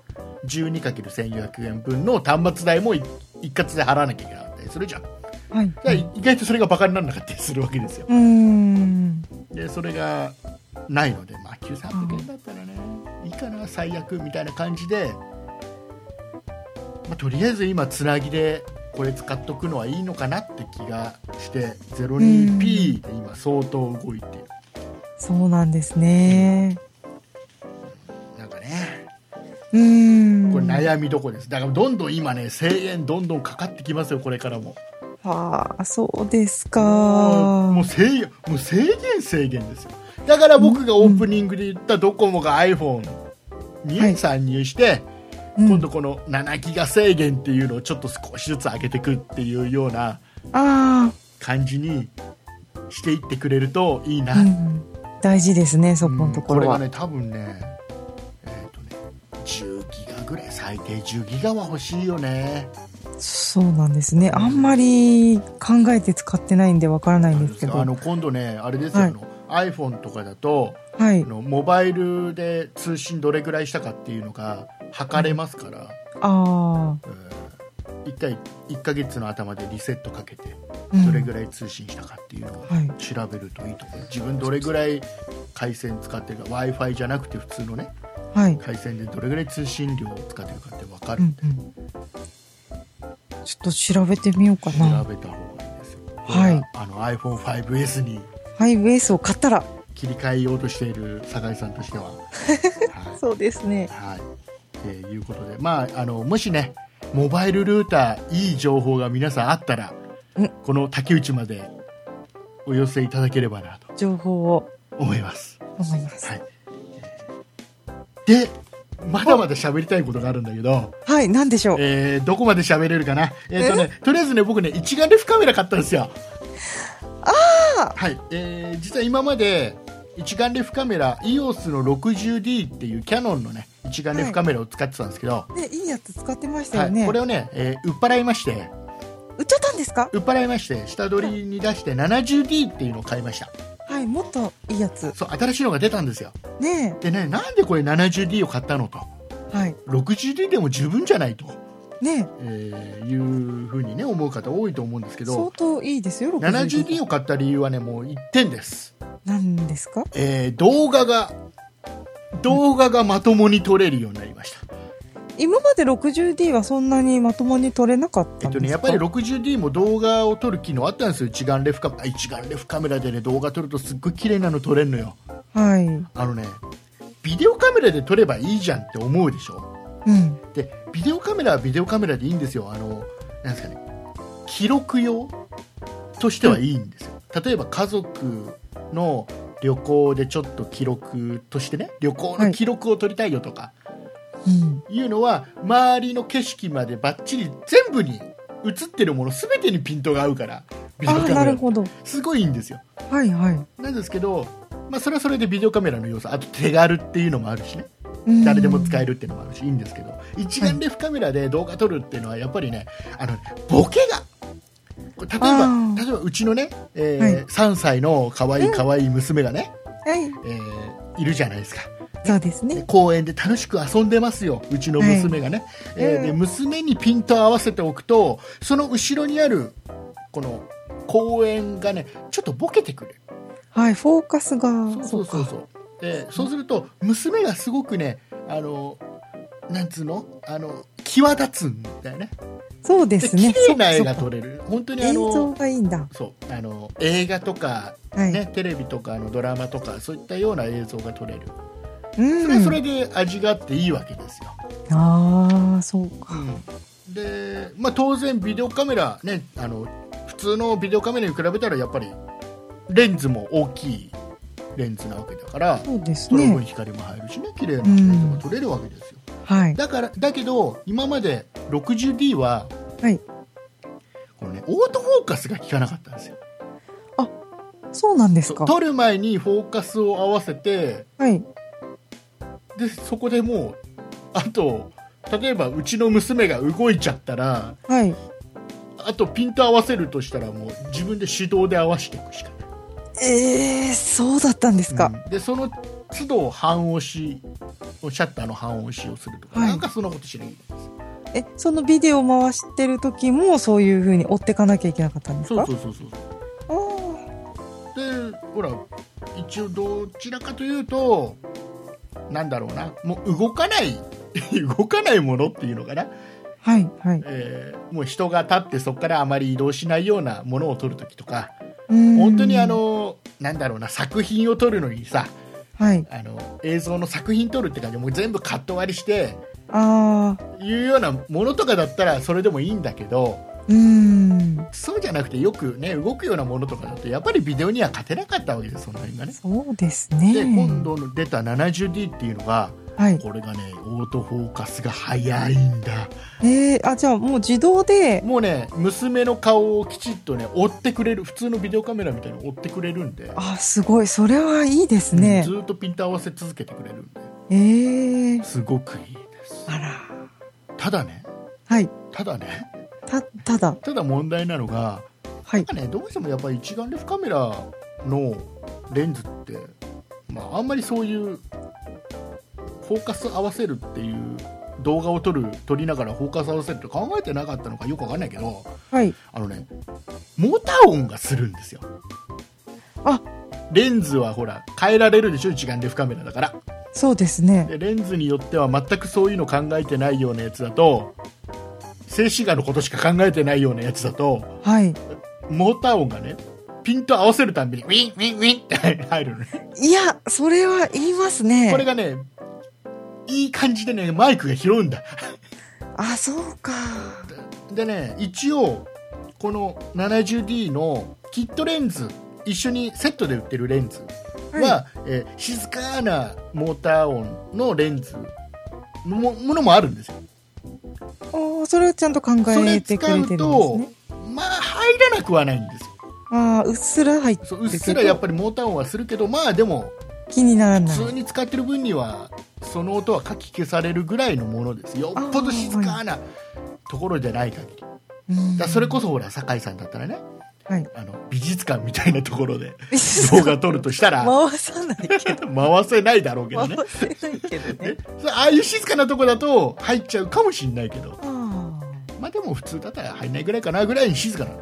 12×1400 円分の端末代もい一括で払わなきゃいけなかったりするじゃんだか
はい。
ら意外とそれがバカにならなかったりするわけですよ
うーん。
でそれがないので、まあ、9300円だったらね、いいかな最悪みたいな感じで、まあ、とりあえず今つなぎでこれ使っとくのはいいのかなって気がして
うん
02P で今相当動いてる
そうなんですね。
なんかね
うーん。
これ悩みどこですだからどんどん今ね制限どんどんかかってきますよこれからも
はあ、そうです
もう
か。
もう制限もう制限制限ですよだから僕がオープニングで言ったドコモが iPhone
はい
に参入して、
うん
今度この7ギガ制限っていうのをちょっと少しずつ上げていくっていうような
あ
感じにしていってくれるといいな、
あ、うん。大事ですね、そこのとこ
これ
ろは。
がね多分ねえっ、とね10ギガぐらい最低10ギガは欲しいよね
そうなんですね。あんまり考えて使ってないんでわからないんですけど。
あの今度ねあれですよ、
はい
あの iPhone とかだと
はい
あ。のモバイルで通信どれぐらいしたかっていうのが測れますから、
あ
うん、1回1ヶ月の頭でリセットかけて
あ、うん
どれぐらい通信したかっていうのを
はい。
調べるといいと思う自分どれぐらい回線使ってるか w i f i じゃなくて普通のね
はい。
回線でどれぐらい通信量を使ってるかって分か
う
るん
ん
で、
うん。ちょっと調べてみようか
調
な。
べた方がいいですよ、
はい
これあの iPhone5S に
5S を買ったら。
切り替えようとしている酒井さんと
*laughs*
してははい、
そうですね。
はい、っていうことでまああのもしねモバイルルーターいい情報が皆さんあったら
うん
この竹内までお寄せいただければなと
情報を
思います
思います。
はい。で、まだまだ喋りたいことがあるんだけど、
はい、なんでしょう。
*laughs* えーどこまで喋れるかな。えっ、とね、とりあえずね、僕ね、一眼レフカメラ買ったんですよ。ああはい。えー実は今まで、一眼レフカメラ、EOS の 60D っていうキャノンのね、一眼レフカメラを使ってたんですけど、は
ね、いいやつ使ってまし
い
たよね。
これをね、えー売っ払いまして、
売っちゃったんですか
売っ払いまして、下取りに出して 70D っていうのを買いました。
はい、もっといいやつ。
そう、新しいのが出たんですよ。
ね
でね、なんでこれ 70D を買ったのと。
え。はい。
60D でも十分じゃないと、
ね、
えーいうふうにね思う方多いと思うんですけ
相
ど
当いいですよ、60
70D を買った理由はねもう1点です、
なんですか
えー動画が動画がまともに撮れるようになりました、
今まで 60D はそんなにまともに撮れなかっ
え
た
っ
ん
と
ですか、
ね、やっぱり 60D も動画を撮る機能あったんですよ一眼レフカメラあ一眼レフカメラでね動画撮るとすっごい綺麗なの撮れるのよ
はい。
あのねビデオカメラで撮ればいいじゃんって思うでしょ
うん。
でビデオカメラはビデオカメラでいいんですよあのなんですかね記録用としてはいいんですよ、例えば家族の旅行でちょっと記録としてね旅行の記録を撮りたいよとか
うん。
いうのは、周りの景色までばっちり全部に映ってるもの全てにピントが合うからビデオ
あ
カ
あ、
メ
な
ラ
るほど。
すごいいいんですよ
はいはい。
なんですけど、まあ、それはそれでビデオカメラの要素あと手軽っていうのもあるしね
うん
誰でも使えるっていうのもあるし、いいんですけど一眼レフカメラで動画撮るっていうのはやっぱりねあのボケがこれ例え
あ
ば
ー
例えばうちのね、えー
はい
3歳の可愛い可愛い娘がね、
はい。
えーいるじゃないですか
そうです
で
ね。
公園で楽しく遊んでますようちの娘がね、えーで
うん
娘にピントを合わせておくとその後ろにあるこの公園がねちょっとボケてくる
はい。フォーカスが。
そうそうそう
か
そうでそうすると娘がすごくねあのなんつうのあの際立つんだよね
そうですね。
綺麗な絵が
そ
撮
っかそっ
れる本当
か
にあ
映像
の
がいいんだ。
そうあの映画とか、
はい。
ね、テレビとかあのドラマとかそういったような映像が撮れる
うん。
それはそれで味があっていいわけですよ、
ああ、そうか。
で、まあ、当然ビデオカメラねあの普通のビデオカメラに比べたらやっぱりレンズも大きいレンズなわけだから
そうです
その分
ね。
光も入るしね綺麗な映像が撮れるわけですよ、
はい。
だからだけど今まで 60D は、
はい
このね、オートフォーカスが効かなかったんですよ
そうなんですか。
撮る前にフォーカスを合わせて
はい。
でそこでもうあと例えばうちの娘が動いちゃったら
はい。
あとピント合わせるとしたらもう自分で手動で合わせていくしかない
ええー、そうだったんですか。
うんでその都度半押しシャッターの半押しをするとか、
はい
なんかそんなことしない
え、そのビデオ回してる時もそういう風に追ってかなきゃいけなかったんです
そう
か
そうそうそう
あ
でほら一応どちらかというとなんだろうなもう動かない *laughs* 動かないものっていうのかな、
ーはい、はい。
えーもう人が立ってそこからあまり移動しないようなものを撮るときとか
本
本当にあ、のなんだろうな作品を撮るのにさ
はい。
あの映像の作品撮るって感じでもう全部カット割りして
ああ、
いうようなものとかだったらそれでもいいんだけど
うーん。
そうじゃなくてよくね動くようなものとかだとやっぱりビデオには勝てなかったわけですその辺がね。
そうですね。
で今度の出た 70D っていうのが
はい。
これがねオートフォーカスが早いんだ
えー、あ、じゃあもう自動で、
もうね娘の顔をきちっとね追ってくれる普通のビデオカメラみたいに追ってくれるんで、
あ、すごい。それはいいですね
ず。ーっとピント合わせ続けてくれるんで
ええー。
すごくいいです
あら。
ただね
はい。
ただね
た、ただ、
ただ問題なのが
は
なん
い。
かねどうしてもやっぱり一眼レフカメラのレンズって、まあ、あんまりそういうフォーカス合わせるっていう動画を撮る撮りながらフォーカス合わせるって考えてなかったのかよくわかんないけど
はい。
あのねモーター音がするんですよ
あ
レンズはほら変えられるでしょ一眼レフカメラだから
そうですね。
でレンズによっては全くそういうの考えてないようなやつだと静止画のことしか考えてないようなやつだと
はい。
モーター音がねピント合わせるたんびにウィンウィンウィンって入るのね、
いや、それは言いますね。
これがねいい感じでねマイクが拾うんだ
あ、そうか。
でね一応この 70D のキットレンズ一緒にセットで売ってるレンズは、
は
えー静かなモーター音のレンズのもものもあるんですよ
おーそれをちゃんと考
それ
え
使
てくれてる
うん
です
と
ね。
まあ入らなくはないんですよ
ああ、うっすら入って
そううっ
る
す
け
らやっ
ど、
ぱりモーター音はするけどまあでも
気にならない
普。通に使ってる分にはその音はかき消されるぐらいのものですよっぽど静かなところじゃない限りだ
うん
からそれこそほら酒井さんだったらね
はい。
あの美術館みたいなところで *laughs* 動
動
画撮るとしたら
*laughs* 回さないけど。
回せないだろうけ *laughs* ど
回
ね
せないけどね
え。それああいう静かなとこだと入っちゃうかもしんないけど
あ
まあでも普通だったら入んないぐらいかなぐらいに静かなの
あ。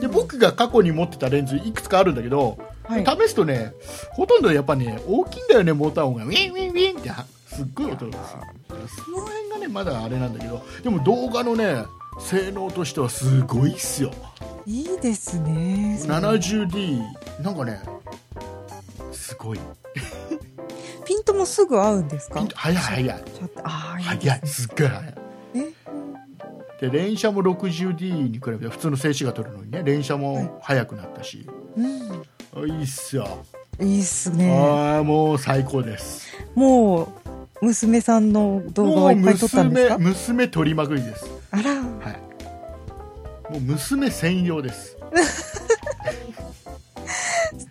で、僕が過去に持ってたレンズいくつかあるんだけど、
はい。
試すとねほとんどやっぱね大きいんだよねモーター音がウィンウィンウィンってはすっごい音がするその辺がねまだあれなんだけどでも動画のね性能としてはすごいっすよ
いいですね。それ
70D なんかねすごい
ピントもすぐ合うんですか
ピント早い早い
ちょっとああ、
早いすっごい早い
え
で連写も 60D に比べて普通の静止画撮るのにね連写も早くなったし、あ
う
いいっすよ、
ん。いいっすね。
ああもう最高です
もう、娘さんの動画
も
を
う
いっぱい撮ったんです
娘
か
娘撮りまくりです
あら、
はい。もう娘専用です。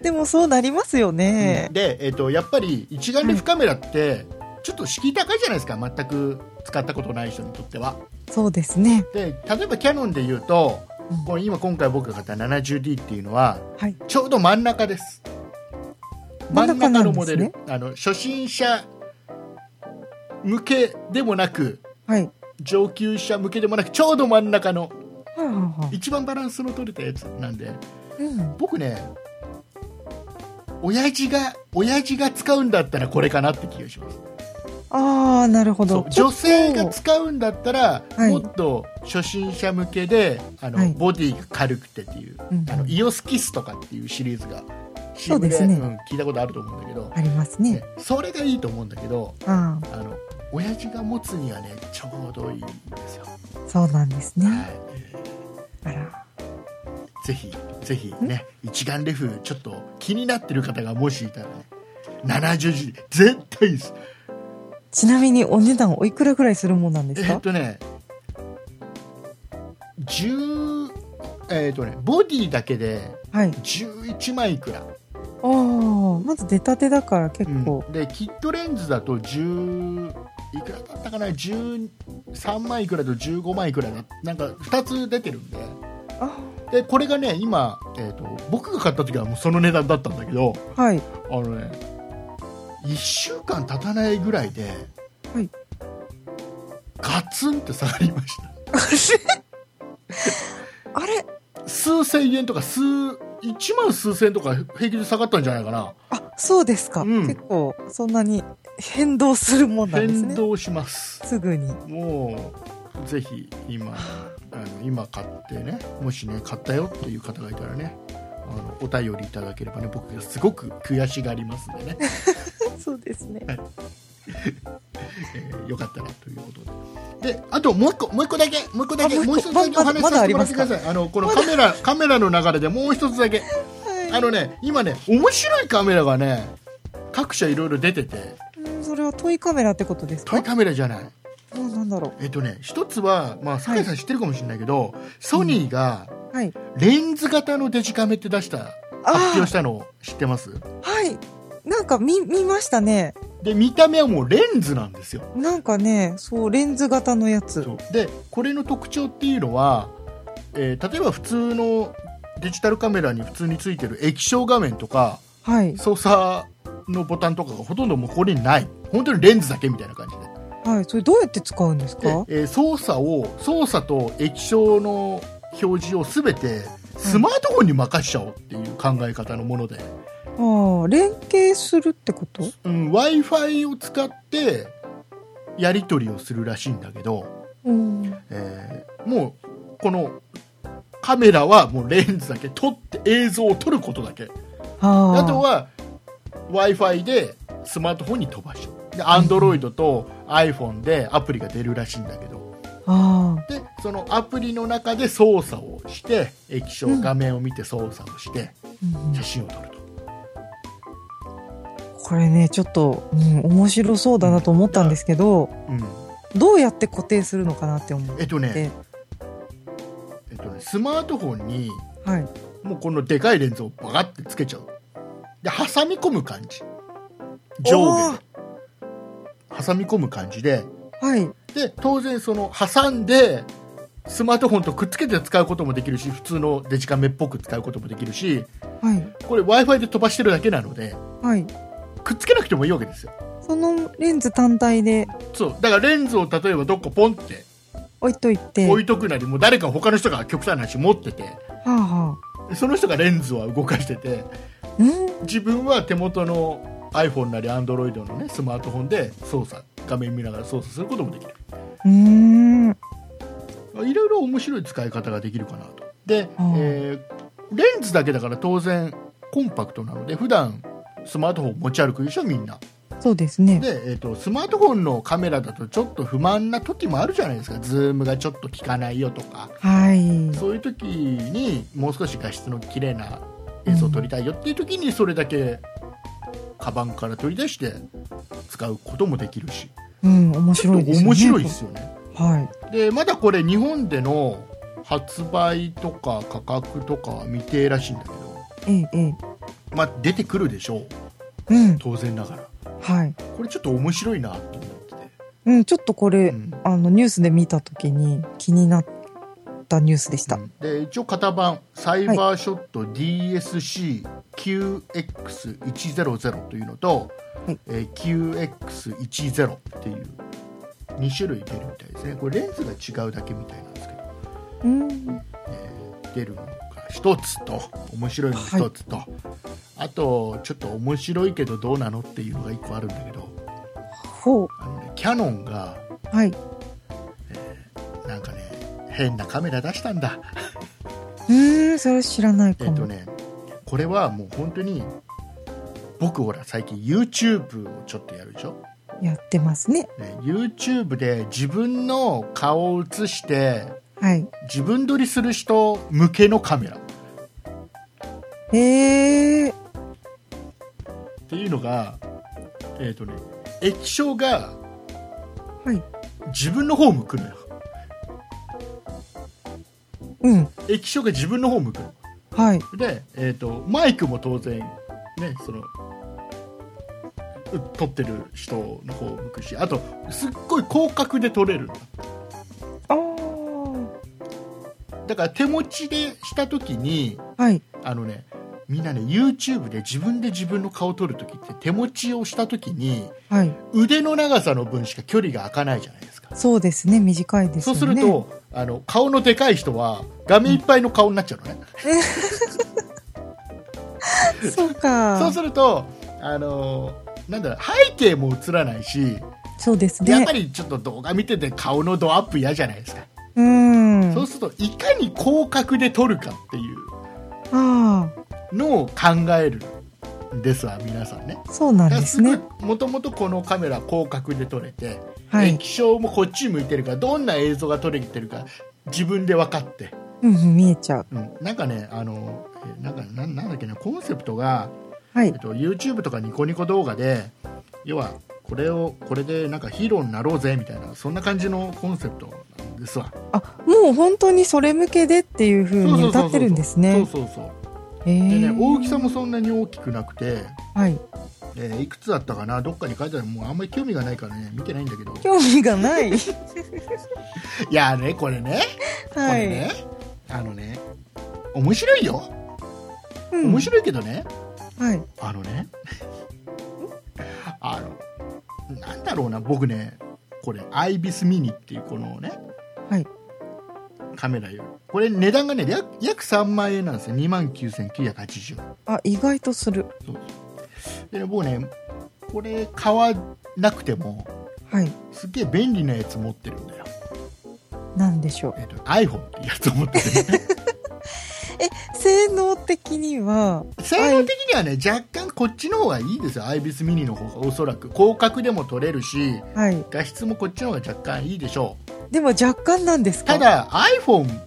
でもそうなりますよね。
で、えっ、とやっぱり一眼レフカメラってちょっと敷居高いじゃないですか。全く使ったことない人にとっては。
そうですね。
で、例えばキヤノンで言うと
うん、
これ今今回僕が買った 70D っていうのは
はい。
ちょうど真ん中です。
真
真
ん
ん中
中なん
の
で
モ
す
デ
ね
ル、あの初心者向けでもなく
はい。
上級者向けでもなくちょうど真ん中の
はあ、はあはあ、
一番バランスの取れたやつなんで
うん。
僕ね親父が親父が使うんだったらこれかなって気がします
ああ、なるほ
そ
ど
う。女性が使うんだったら、
はい
もっと初心者向けであの、
はい
ボディが軽くてっていう、
うん
あのイオスキスとかっていうシリーズが
そうですね
CM ん聞いたことあると思うんだけど、
あります
ね
ね。
それがいいと思うんだけど
あ
あの親父が持つにはねちょうどいいんですよ、
あ、そうなんですね。
はい
あら。
ぜひぜひね一眼レフちょっと気になってる方がもしいたらね70時絶対いいです
ちなみにお値段おいくらぐらいするもんなんです
え
か
っとね10えっとねボディだけで
はい。
11枚いくら、
ああ、まず出たてだから結
うん
構。
でキットレンズだと10いくらだったかな13枚いくらと15枚いくらだなんか2つ出てるんで
あ
でこれがね今、えっと僕が買った時はもうその値段だったんだけど、
あ、はい。
あのね1週間経たないぐらいで、
はい
ガツンって下がりました
*laughs* あれ
数千円とか数1万数千円とか平均で下がったんじゃないかな
あ、そうですか。
うん
結構、そんなに変動するもんなんです
変
ね。
動します
すぐに。
もうぜひ
*laughs*
今あの今買ってねもしね買ったよっていう方がいたらねあのお便りいただければね僕がすごく悔しがりますんでね、
そうですね。
えーよかったらということでであともう一個もう一個だけもう一個だけ
あも
も
う
う
一
一
個
つだけお話し
まだまだ
させ
あり
てもら
ま
って
す
く
か
ださいあのこのカメラカメラの流れでもう一つだけあのね、今ね、面白いカメラがね、各社いろいろ出てて、
うんそれはトイカメラってことです
トイ
か
カメラじゃない。
どうなんだろ
えっとね、一つは、まあ、酒井さん知ってるかもしれないけど、ソニーが
う。はい。
レンズ型のデジカメって出した、発
あ
表したのを知ってます
あ、はい。なんか見、見ましたね。
で、見た目はもうレンズなんですよ。
なんかね、そう、レンズ型のやつ。
そうで、これの特徴っていうのは、えー例えば普通のデジタルカメラに普通についてる液晶画面とか、
はい。
操作のボタンとかがほとんどもうこれにない。本当にレンズだけみたいな感じで。
はい。それどうやって使うんですか
でえー操作を操作と液晶の表示をすべてスマートフォンに任しちゃおうっていう考え方のもので、
ああ、連携するってこと
うん w i f i を使ってやり取りをするらしいんだけど、
うん。
えーもうこのカメラはもうレンズだけ撮って映像を撮ることだけ
あ
あ
あ。
とは w i f i でスマートフォンに飛ばしちゃうで Android と iPhone でアプリが出るらしいんだけど、
ああ。
でそのアプリの中で操作をして液晶画面を見て操作をして
うん
写真を撮ると、
これね、ちょっと、うん、面白そうだなと思ったんですけど、
うん
どうやって固定するのかなって思っ
えっと
て
ね、。えっとねスマートフォンに
はい。
もうこのでかいレンズをバカってつけちゃうで挟み込む感じ上下で挟み込む感じで
はい。
で当然その挟んでスマートフォンとくっつけて使うこともできるし普通のデジカメっぽく使うこともできるし
はい。
これ w i f i で飛ばしてるだけなので
はい。
くっつけなくてもいいわけですよ
そのレンズ単体で
そうだからレンズを例えばどっかポンって
置いといて。
置
はい
とくなりもう誰か他の人が極端な話持ってて
あ、は
その人がレンズは動かしてて
あ。うん
自分は手元の iPhone なり Android の、ね、スマートフォンで操作画面見ながら操作することもできる
うーん。
いろいろ面白い使い方ができるかなとで、
あー
えーレンズだけだから当然コンパクトなので普段スマートフォン持ち歩くでしょみんな
そうですね。
で、えー、とスマートフォンのカメラだとちょっと不満な時もあるじゃないですかズームがちょっと効かないよとか
はい。
そういう時にもう少し画質の綺麗な映像を撮りたいよっていう時にそれだけカバンから取り出して使うこともできるし
うん、面
ちょ
白
っ
い
と
ですよね。
面白いですよね。
はい。
でまだこれ日本での発売とか価格とかは未定らしいんだけど、
ええ、ええ。
まあ、出てくるでしょう
うん。
当然ながら
はい。
これちょっと面白いなと思ってて、
うん、ちょっとこれ、
うん
あの、ニュースで見たときに気になったニュースでした。
で一応型番サイバーショット DSCQX100 というのと、
はい
えー QX10 っていう2種類出るみたいですねこれレンズが違うだけみたいなんですけど
うん。
出るのが1つと面白いの1つと、あとちょっと面白いけどどうなのっていうのが1個あるんだけど
ほう。
あの、ね、キャノンが
はい。
なんかね変なカメラ出したんだ。
うーん、それ知らないか
えっ
も。
とね、これはもう本当に僕ほら最近 YouTube をちょっとやるでしょ、
やってますね。
ね、YouTube で自分の顔を映して
はい。
自分撮りする人向けのカメラっ
ええ
ていうのがえっ、とね液晶が
はい。
自分の方向くのよ
うん。
液晶が自分の方向くの
はい。
で、えー、とマイクも当然ねそのう撮ってる人の方を向くしあとすっごい広角で撮れるの
ああ。
だから手持ちでした時に
はい。
あのねみんなね YouTube で自分で自分の顔を撮る時って手持ちをした時に
はい。
腕の長さの分しか距離が開かないじゃないですか
そうですね。短いです
そう
よね。
すると、あの顔のでかい人は画面いっぱいの顔になっちゃうのね、
と。そうか。
そうするとあのなんだろう背景も映らないし
そうです
やっ
ね
ぱ。りちょっと動画見てて顔のドアップ嫌じゃないですか、
うーん。
そう
あ
するといかに広角で撮るかっていう
あ
のを考えるんですわ皆さんね
ー。そうなん
だから
ですす
ごい
ね。
もともとこのカメラ広角で撮れて、
はい。
液晶もこっち向いてるからどんな映像が撮れてるか自分で分かって、
うんうん、見えちゃう。
うん、なんかねあのえなんかなんなんだっけなコンセプトが、
は
え
い
っ。と、YouTube とかニコニコ動画で要はこれをこれでなんかヒーローになろうぜみたいなそんな感じのコンセプトなんですわ
あ、もう本当にそれ向けでっていう風に歌ってるんですね。
そうそうそう
ええ
でね大きさもそんなに大きくなくて、
はい。
えーいくつだったかなどっかに書いてあるもうあんまり興味がないからね見てないんだけど
興味
*laughs*
がない。
いやーねこれねこ
は
れ
い。
ね、あのね面白いよ
うん
面白いけどね、
はい。
あのね *laughs* あのなんだろうな僕ねこれアイビスミニっていうこのね
はい。
カメラよこれ値段がね約約3万円なんですよ2万9980円
あ、意外とする。
でね僕ねこれ買わなくても
はい。
すっげえ便利なやつ持ってるんだよ、
なんでしょう。
えっと iPhone ってやつ持ってる
性能的には、
性能的にはね若干こっちの方がいいですよ iBIS ミニの方がおそらく広角でも撮れるし
はい。
画質もこっちの方が若干いいでしょう
でも若干なんですか
ただ iPhone っ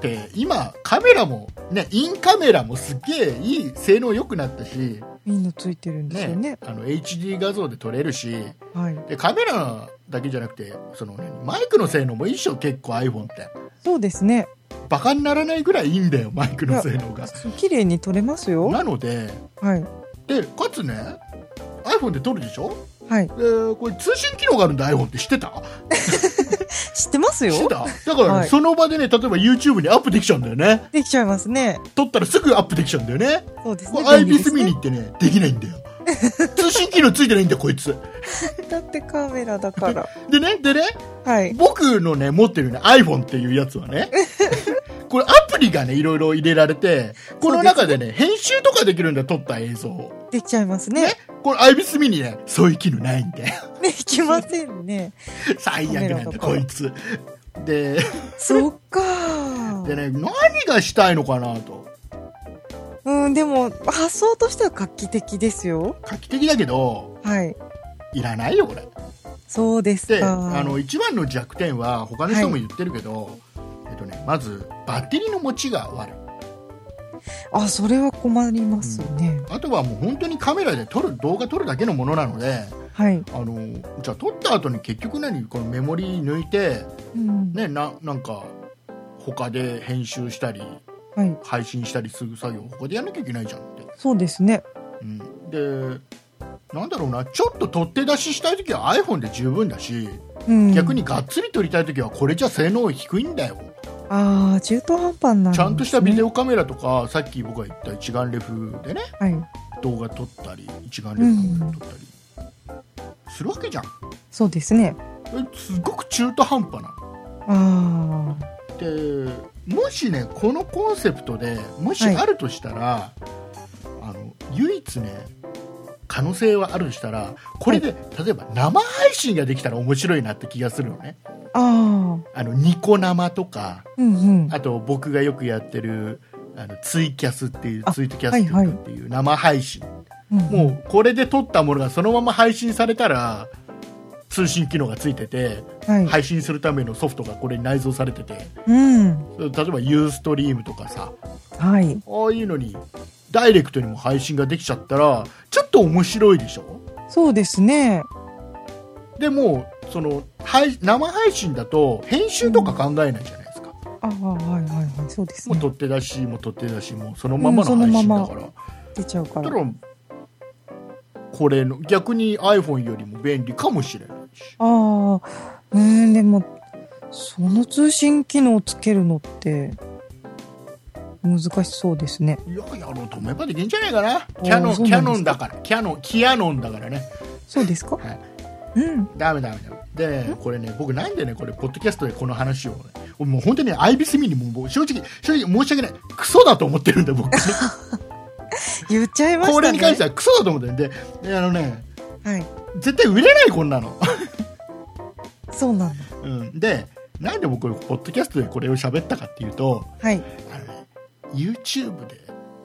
て今カメラもねインカメラもすっげえいい性能良くなったし、
みんなついてるんです
ね
よね。
あの HD 画像で撮れるし
はい。
でカメラだけじゃなくてその、ね、マイクの性能もいいっしょ結構 iPhone って
そうですね。
バカにならないぐらいいいんだよマイクの性能が
綺麗に撮れますよ。
なので
はい。
でかつね iPhone で撮るでしょ
はい。
でこれ通信機能があるんだ iPhone って知ってた
知ってますよ
してただからね、
はい
その場でね例えば YouTube にアップできちゃうんだよね
できちゃいますね
撮ったらすぐアップできちゃうんだよね
そうです
こ
ね
れアイ
便利
ビ
で
ス
す
見
ね
に行ってねできないんだよ通信機能ついてないんだよこいつ
だってカメラだから
でねでね
はい
僕のね持ってるね iPhone っていうやつは *laughs* ねこれアプリがねいろいろ入れられてこの中でね編集とかできるんだよ撮った映像を
できちゃいますね
ねこれアイビス見にねそういう機能ないんだ *laughs* よ
できませ
*laughs*
んね
最悪なんだよこいつで
そっか
でね何がしたいのかなと
うんでも発想としては画期的ですよ
画期的だけど
はい
いらないよこれ
そうです
で
か
あの一番の弱点は他の人も言ってるけど、えっとね、まずバッテリーの持ちが悪い
あそれは困りますね、
あとはもう本当にカメラで撮る動画撮るだけのものなので
はい、
あのじゃあ撮った後に結局何このメモリー抜いて、
うん
ね、ななんか他で編集したり
はい
配信したりする作業を他でやんなきゃいけないじゃんって、
そうですね
うん、でなんだろうなちょっと取って出ししたい時は iPhone で十分だし
うん
逆にがっつり撮りたい時はこれじゃ性能低いんだよ、
ああ中途半端になるですね、
ちゃんとしたビデオカメラとかさっき僕が言った一眼レフでね
はい
動画撮ったり一眼レフカメラ撮ったりするわけじゃん、
そうですね
えすごく中途半端な
あ
でもしねこのコンセプトでもし
はい
あるとしたら、あの唯一ね可能性はあるとしたらこれで、例えば生配信ができたら面白いなって気がするのね
あああ
あのニコ生とか
うんうん
あと僕がよくやってるあのツイキャスっていう
あ
ツイートキャスティングっていう生配信、もうこれで撮ったものがそのまま配信されたら通信機能がついてて
うんはい、
配信するためのソフトがこれに内蔵されてて
うん
例えばユーストリームとかさ
はい
ああいうのにダイレクトにも配信ができちゃったらちょっと面白いでしょ
そうですね
でもその配生配信だと編集とか考えないじゃないですか、
ああはいはいはいそうです
もう
ね
取って出しもう取って出しもうそのままの配
うんそ
信
のま
だか
ま
ら、
出ちゃうか
だ
ら
からこれの逆に iPhone よりも便利かもしれないし
ああうんでもその通信機能をつけるのって難しそうですね
いややろうと思えばできんじゃないかな
おー
キャノン
そ
キ
う
ャ
なんで
ノ
すか
ンだからキャノンキヤノンだからね
そうですか、
はい
うん
ダメダメダメでこれね僕なんでねこれポッドキャストでこの話をねもう本当にアイビスミにももう正直正直申し訳ないクソだと思ってるんで
*laughs*
僕
言っちゃいましたね
これに関してはクソだと思ってるんでであのね
はい
絶対売れないこんなの、 *laughs*
そうなんだ
うん、でなんで僕ポッドキャストでこれを喋ったかっていうと
はい
あのね YouTube で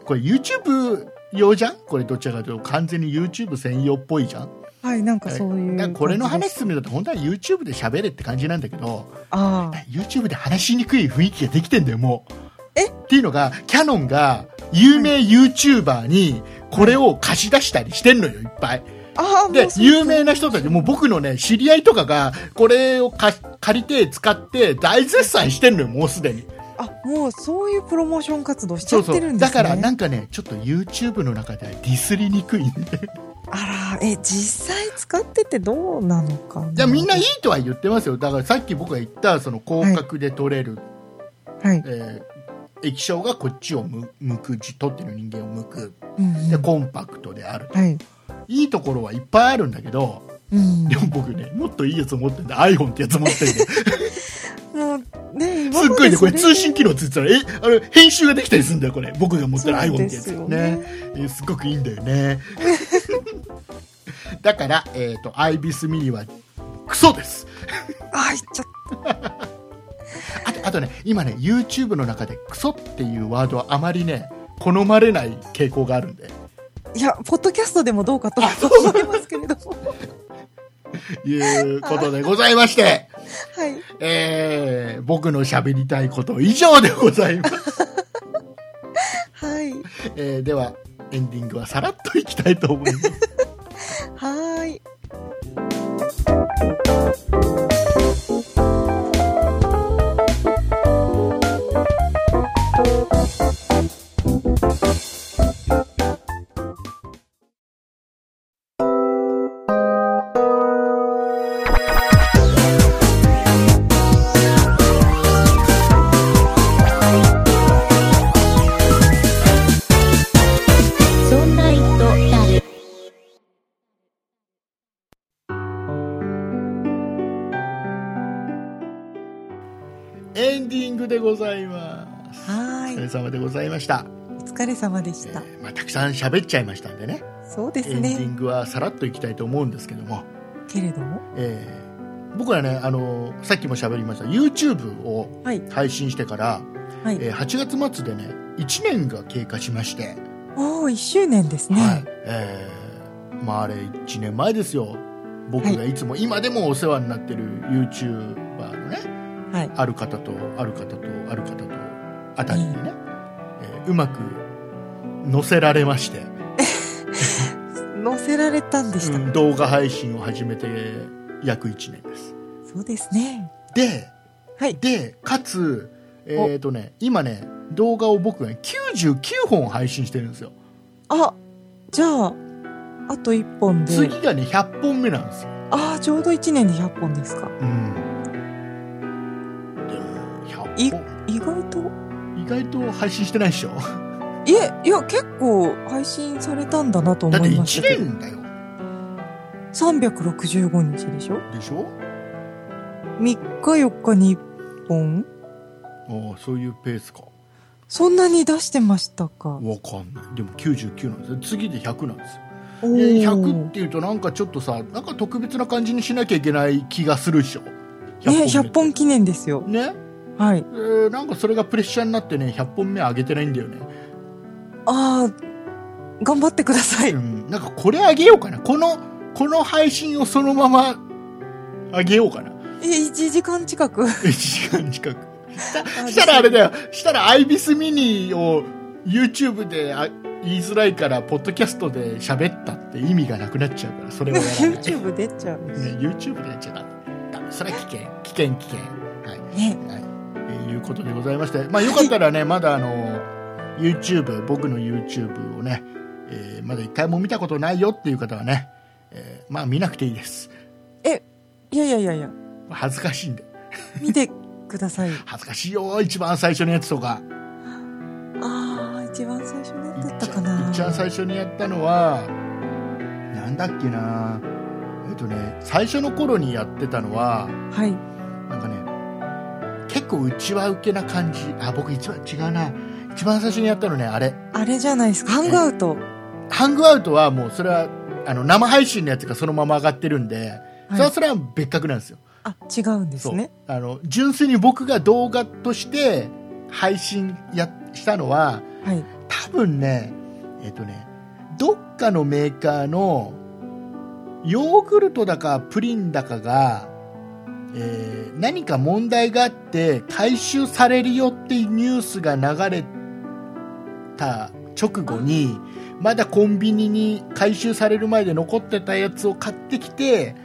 これ YouTube 用じゃんこれどちらかというと完全に YouTube 専用っぽいじゃん
はいなんかそういう
だ
感
から
じです
これの話するんだと本当は YouTube で喋れって感じなんだけど
あ
YouTube で話しにくい雰囲気ができてんだよもう
え
っていうのがキャノンが有名 YouTuber にこれを貸し出したりしてんのよいっぱい
あああも
で
うそう
有名な人たちもう僕のね知り合いとかがこれを貸し借りて使って大絶賛してんのよもうすでに
あもうそういうプロモーション活動しちゃってるんですね
だからなんかねちょっと YouTube の中ではディスりにくいんで
あらえ実際使っててどうなのかな
じゃあみんないいとは言ってますよだからさっき僕が言ったその広角で撮れる、
はい、
えー液晶がこっちを向向くじ撮ってる人間を向く
うんうん
でコンパクトである
はい
いいところはいっぱいあるんだけど
うん
でも僕ねもっといいやつ持ってんだ iPhone ってやつ持ってんだ
*laughs*
す
もうね今
っごいねこれ通信機
能
能ついてたらえあの編集ができたりするんだよこれ僕が持ってる
そう
iPhone っ
で
てやつ
すよ
ね
ね
えすごくいいんだよね *laughs* だから、えー、と IBIS ミニはクソです
あ入っちゃっ
あとあとね今ね YouTube の中でクソっていうワードはあまりね好まれない傾向があるんで
たいやポッドキャストでもどうかと思いますけれども
いうことでございまして、
はい
えー、僕の喋りたいこと以上でございます、 *laughs*
はい
えー、ではエンディングはさらっといきたいと思い
*laughs*
ます
はーい
クでございます。
は
お疲
ー
れ
い。
様でございました。
お疲れ様でし
え
た。
ーまあ、たくさん喋っちゃいましたんでね、
そうで
エ
す
ンディ
ね。
ングはさらっといきたいと思うんですけども、
けれども。
えー僕らね、あのーさっきも喋りました、YouTube を
はい。
配信してから、
はい。
えー8月末でね、1年が経過しまして、
おお、一周年ですね。
はいえーまあ、あれ1年前ですよ僕がいつも、今でもお世話になってる YouTuber のね
はい。
ある方とある方とある方とあたりにね、えーうまく載せられまして、
載せられたんでし
う
た。
ん動画配信を始めて約1年です
そうですね。
で
はい。
でかつえっ、とね今ね動画を僕が、ね、99本配信してるんですよ
あ、じゃあ、あと一本で。
次がね100本目なんですよ
ああ、ちょうど一年で100本ですか。
うんでも100
い
本
意外と。
意外と配信してないでしょ
いえ、いや、結構配信されたんだなと思
だって
いまし
1
たけど。
年だよ
365日でしょ
でしょ
?3 日4日に1本
ああそういうペースか
そんなに出してましたか
わかんないでも99なんですよ次で100なんですよ
お
で
ー
100っていうとなんかちょっとさなんか特別な感じにしなきゃいけない気がするでしょ
ね、100本
目
記念ですよ。
ね
はい。
えーなんかそれがプレッシャーになってね100本目上げてないんだよね、
ああ、頑張ってください。
うん、なんかこれ上げようかなこのこの配信をそのまま上げようかな
え、1時間近く。
1時間近くしたらあれだよしたらアイビスミニを YouTube であ言いづらいからポッドキャストで喋ったって意味がなくなっちゃうからそれはや
*laughs*
らない、ね、
YouTube 出ちゃう。
YouTube でやっちゃダメダメそれは危険危険危険はい
ね。
えーいうことでございまして、まあ、よかったらね、まだあの YouTube 僕の YouTube をね、えーまだ一回も見たことないよっていう方はね、えーまあ見なくていいです
いやいやいやいや、
恥ずかしいんで
見てください。
恥ずかしいよ一番最初のやつとか
ああ、一番最初のやつだったか
い
な。
っちゃん最初にやったのはなんだっけなえっとね最初の頃にやってたのは
はい。
なんかね結構内輪受けな感じあ僕一番違うな一番最初にやったのねあれ
あれじゃないですか。ハングアウト。
ハングアウトはもうそれはあの生配信のやつがそのまま上がってるんで、それ
は、
はいそれは別格なんですよ。
あ、違うんですね。
あの純粋に僕が動画として配信やしたのは
はい。
多分ねえっ、とねどっかのメーカーのヨーグルトだかプリンだかが、えー何か問題があって回収されるよっていうニュースが流れた直後にまだコンビニに回収される前で残ってたやつを買ってきて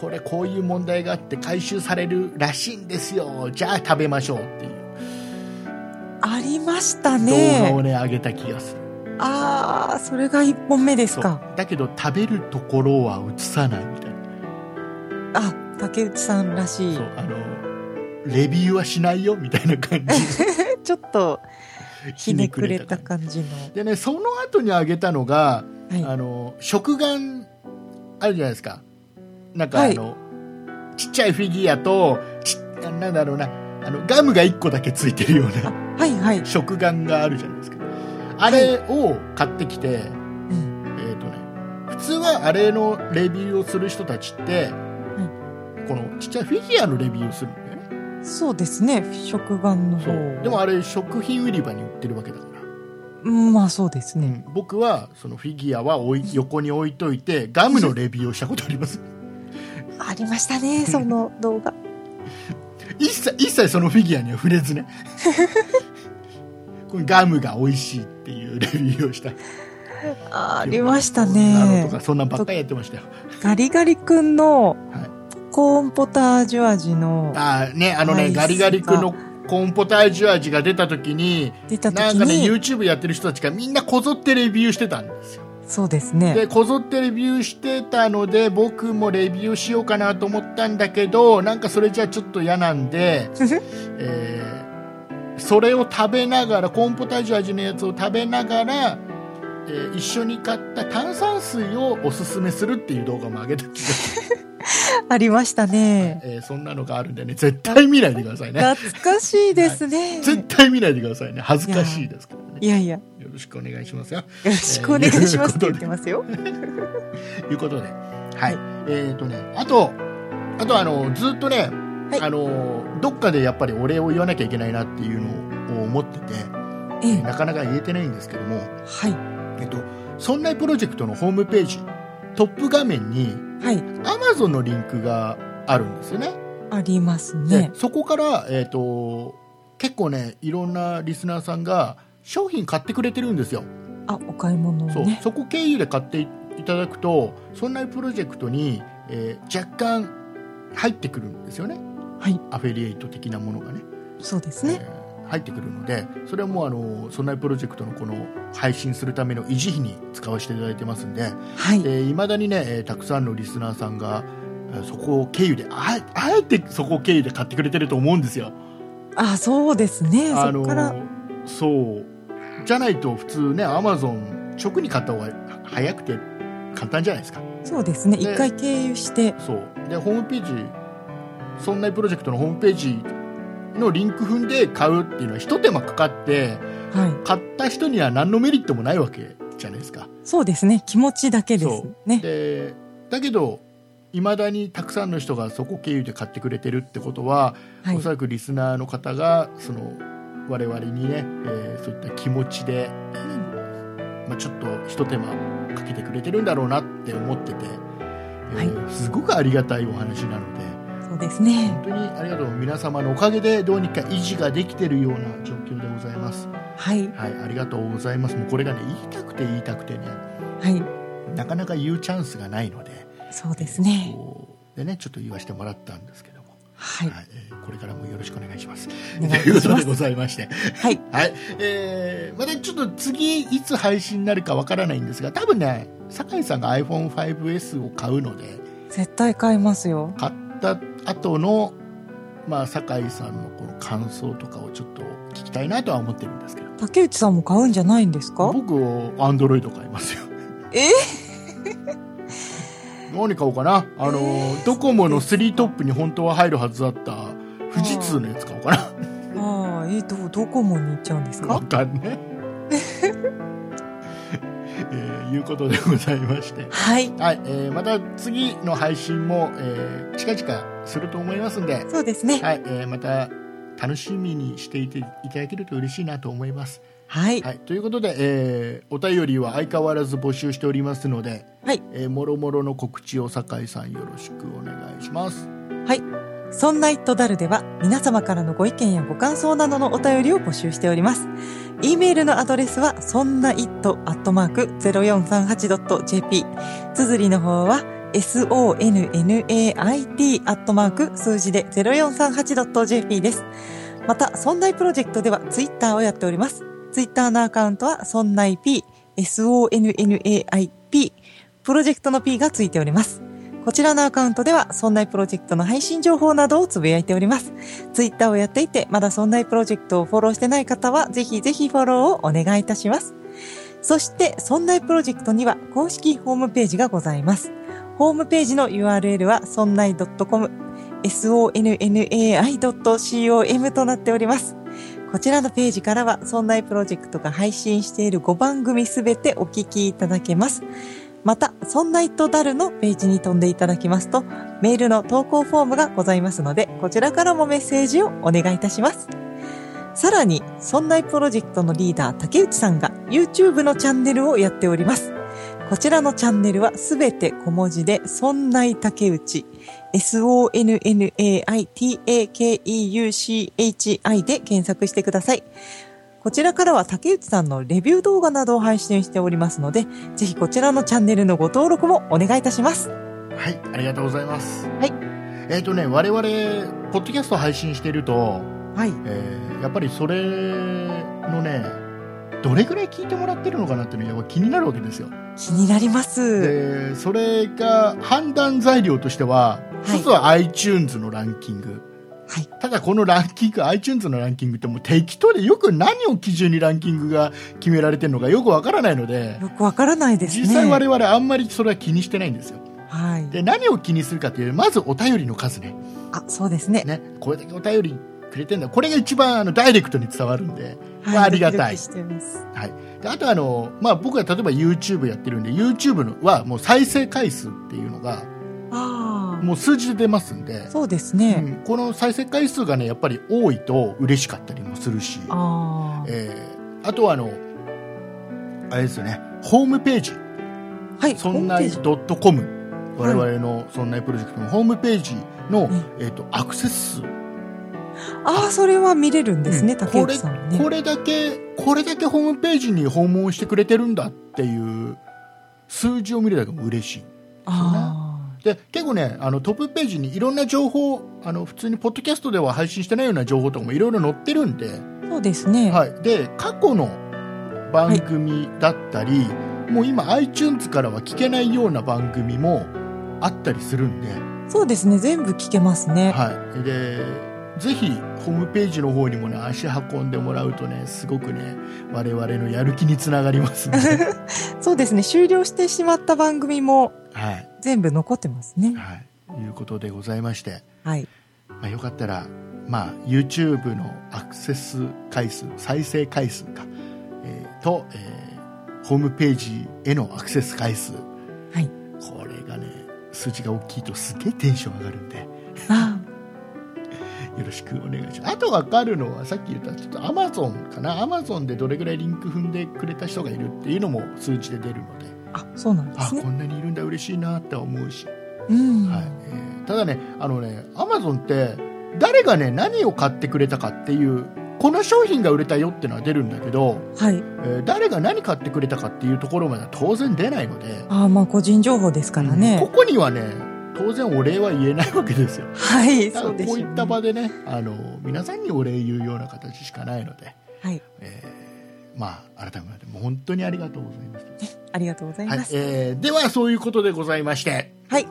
これこういう問題があって回収されるらしいんですよじゃあ食べましょうっていう
ありました
動画をね
ね。
上げた気がする。
ああ、それが一本目です
そう
か。
だけど食べるところは映さないみたいな、
あ、竹内さんらしい
そ。うあのレビューはしないよみたいな感
*laughs*
じ
ちょっと、ひねくれた感じの。
でねその後にあげたのが、
は
あ
い。
の食玩あるじゃないですかなんか
は
あ
い
の、ちっちゃいフィギュアとちっなんだろうなあのガムが1個だけついてるような
はいはい。
食玩があるじゃないですかあれを買ってきて、
うん。
えーとね、普通はあれのレビューをする人たちって、このちっちゃいフィギュアのレビューをするんだよね
そうですね。食玩の方を。
でもあれ食品売り場に売ってるわけだから、
うん、まあそうですね。
僕はそのフィギュアは置い横に置いといてガムのレビューをしたことあります
*laughs* ありました
*laughs*
ね、その動画。
一切一切そのフィギュアには触れず
*laughs*
ねこれガムが美味しいっていうレビューをした
ありました
なの
ね
と。かそんなんばっかりやってましたよ
ガリガリ君の
はい
コーンポタージュ味の
あーねあの
ナ
ね
イス
ガリガリ君のコーンポタージュ味が出た時に
出た
な
時
んかね、
に、
YouTube やってる人たちがみんなこぞってレビューしてたんですよ。
そうですね。
で、こぞってレビューしてたので、僕もレビューしようかなと思ったんだけど、なんかそれじゃちょっと嫌なんで、えーそれを食べながら、コーンポタージュ味のやつを食べながら、えー一緒に買った炭酸水をおすすめするっていう動画も上げた気がす
ありましたね。
えーそんなのがあるんでね絶対見ないでくださいね
懐かしいですね。
絶対見ないでくださいね恥ずかしいですからね
いやいや、よ
よろしくお願いしますよ
ろしくお願いしますって言ってますよ。
ということではいえっ、とねあとあとあのずっとね、
はい
あのどっかでやっぱりお礼を言わなきゃいけないなっていうのを思ってて
ええ、
なかなか言えてないんですけども
はい、
えっとそんなプロジェクトのホームページトップ画面に
はい、
Amazon のリンクがあるんですよね
あります
で、
ね。
そこから、えー、と結構ねいろんなリスナーさんが商品買ってくれてるんですよ、
あ、お買い物を
そう
ね。
そこ経由で買っていただくとそんなプロジェクトに、えー若干入ってくるんですよね
はい、
アフィリエイト的なものがね
そうですね。
えー入ってくるのでそれはもうあのそんなプロジェクトのこの配信するための維持費に使わせていただいてますんで
はい、
いまだにね、えーたくさんのリスナーさんがえーそこを経由であえあえてそこを経由で買ってくれてると思うんですよ
あ、そうですね。
あ
そ
の
こから。
そうじゃないと普通ねアマゾン直に買った方がは早くて簡単じゃないですか
そうですね。
で
一回経由して。
そうでホームページそんなプロジェクトのホームページのリンク踏んで買うっていうのは一手間かかって
はい、
買った人には何のメリットもないわけじゃないですか
そうですね。気持ちだけで
そ
す
う
ね。
でだけどいまだにたくさんの人がそこ経由で買ってくれてるってことは、
はい
おそ、らくリスナーの方がその我々にね、えーそういった気持ちで、えーまあ、ちょっとひと手間かけてくれてるんだろうなって思ってて、えーすごくありがたいお話なので
そうですね。
本当にありがとう皆様のおかげでどうにか維持ができてるような状況でございます、
はい、
はい、ありがとうございますもうこれがね言いたくて言いたくてね
はい、
なかなか言うチャンスがないので
そうですね。
こうでねちょっと言わせてもらったんですけども、
はい、
はいえーこれからもよろしくお願いします。
お願いい
というこ
たし
と
ま。
ですございまして、
はい、
はいえーまたちょっと次いつ配信になるかわからないんですが多分ね酒井さんが iPhone5S を買うので
絶対買いますよ。
買った後のまあ、酒井さんのこの感想とかをちょっと聞きたいなとは思ってるんですけど
竹内さんも買うんじゃないんですか
僕をアンドロイド買いますよ
え
*laughs* 何買おうかなあの、ドコモの3トップに本当は入るはずだった富士通のやつ買おうかな
ああ、えー、ど、どこもに行っちゃうんです
わ
か
かん
*laughs*
ねえーいうことでございまして
はい。
はい、えーまた次の配信も、えー近々すると思いますんで、
そうですね。
はいえーまた楽しみにしていていただけると嬉しいなと思います。
はい。
はい、ということで、えーお便りは相変わらず募集しておりますので、
はい
えーもろもろの告知を酒井さんよろしくお願いします。
そんな「イットダル」では皆様からのご意見やご感想などのお便りを募集しております。e メールのアドレスはそんな「イット」アットマーク 0438.jp 綴りの方は sonnait アットマーク数字で 0438.jp です。また、そんないプロジェクトではツイッターをやっております。ツイッターのアカウントはそんない p sonnaip プロジェクトの p がついております。こちらのアカウントでは、そんないプロジェクトの配信情報などをつぶやいております。ツイッターをやっていて、まだそんないプロジェクトをフォローしてない方は、ぜひぜひフォローをお願いいたします。そして、そんないプロジェクトには公式ホームページがございます。ホームページの URL は、そんない .com、sonnai.com となっております。こちらのページからは、そんないプロジェクトが配信している5番組すべてお聞きいただけます。また、そんなイットダルのページに飛んでいただきますと、メールの投稿フォームがございますので、こちらからもメッセージをお願いいたします。さらに、そんないプロジェクトのリーダー竹内さんが YouTube のチャンネルをやっております。こちらのチャンネルはすべて小文字で、そんない竹内、sonnaitakeuchi で検索してください。こちらからは竹内さんのレビュー動画などを配信しておりますので、ぜひこちらのチャンネルのご登録もお願いいたします。
はい、ありがとうございます。
はい。
えっ、とね、我々ポッドキャスト配信してると、
はい。
えーやっぱりそれのねどれぐらい聞いてもらってるのかなっていうのがやっぱ気になるわけですよ
気になります。
でそれが判断材料としては
はい
一つは iTunes のランキング、
はい
ただこのランキング iTunes のランキングってもう適当でよく何を基準にランキングが決められてるのかよくわからないので
よくわからないですね。
実際我々あんまりそれは気にしてないんですよ
はい。
で何を気にするかというまずお便りの数ね
あ、そうですね。
ねこれだけお便りくれてるんだこれが一番あのダイレクトに伝わるんでまあありがたい
ドキドキしてます。
であとあの、まあ、僕は例えば YouTube やってるんで YouTube のはもう再生回数っていうのが
あ
もう数字で出ますんで
あ。、そうですね。
うんこの再生回数がねやっぱり多いと嬉しかったりもするしあ,、
あ
えーあとはあのあれですよねホームページ
あ。はい。
そんな
ホーム
い
ページ
.com 我々のそんないプロジェクトのホームページの、
ん
えー、とアクセス数
ああ、それは見れるんですね、竹内さんはね。
これこれだけこれだけホームページに訪問してくれてるんだっていう数字を見るだけでも嬉しい
あ
で結構ねあのトップページにいろんな情報あの普通にポッドキャストでは配信してないような情報とかもいろいろ載ってるんで,、
あ。そうですね。
はい、で過去の番組だったり、もう今 iTunes からは聞けないような番組もあったりするんで,、
そうですね。全部聞けますね。
はい、でぜひホームページの方にもね足運んでもらうとねすごくね我々のやる気につながりますね、
そうですね。終了してしまった番組も
はい
全部残ってますね。
はい、いうことでございまして。
はい。
まあ、よかったら、まあ、YouTube のアクセス回数再生回数か、えーと、えーホームページへのアクセス回数
はい。
これがね数字が大きいとすげえテンション上がるんでよ
あ
ろしくお願いしますあと分かるのはさっき言ったちょっと Amazon かな Amazon でどれぐらいリンク踏んでくれた人がいるっていうのも数字で出るので
あ。あ、そうなんで
あ
すね。
こんなにいるんだ嬉しいなって思うし
うん。
はいえーただね、あのね、アマゾンって、誰がね、何を買ってくれたかっていう、この商品が売れたよってのは出るんだけど、
はい。
えー誰が何買ってくれたかっていうところまでは当然出ないので、
ああ、まあ個人情報ですからね。
ここにはね、当然お礼は言えないわけですよ。
はい、
だ
*laughs* そ
から
うです
こ
よ
う
ね
いった場でね、あの、皆さんにお礼言うような形しかないので、
はい、
えーまあ、改めて、もう本当にありがとうございます。
ありがとうござい
はい
ます。
えーでは、そういうことでございまして、
はい、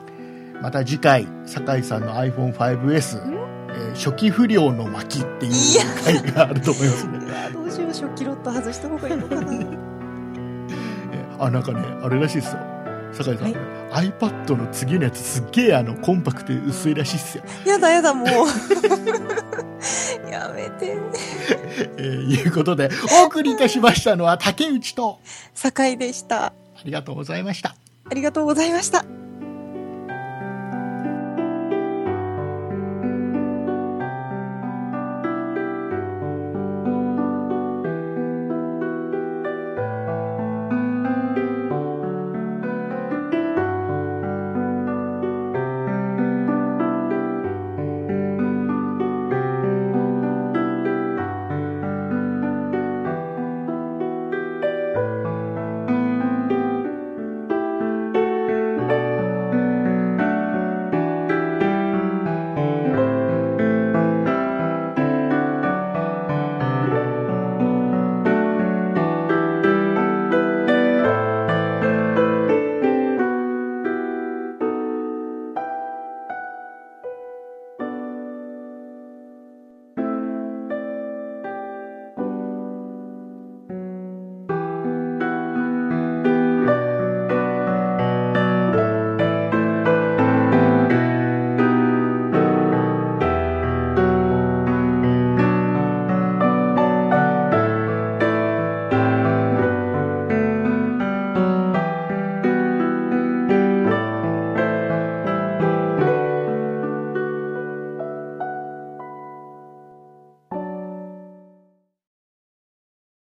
また次回酒井さんの iPhone5S、えー初期不良の巻っていう
いや
回があると思いますね
うわどうしよう、食器ロット外した方がいいのかな。
えーあなんかねあれらしいですよ酒井さん、
はい
iPad の次のやつすっげえあのコンパクトで薄いらしいっすよ、
*laughs* やだやだ、もう。 *laughs* やめて。
えーいうことでお送りいたしましたのは竹内と
酒井でした。
ありがとうございました
ありがとうございました。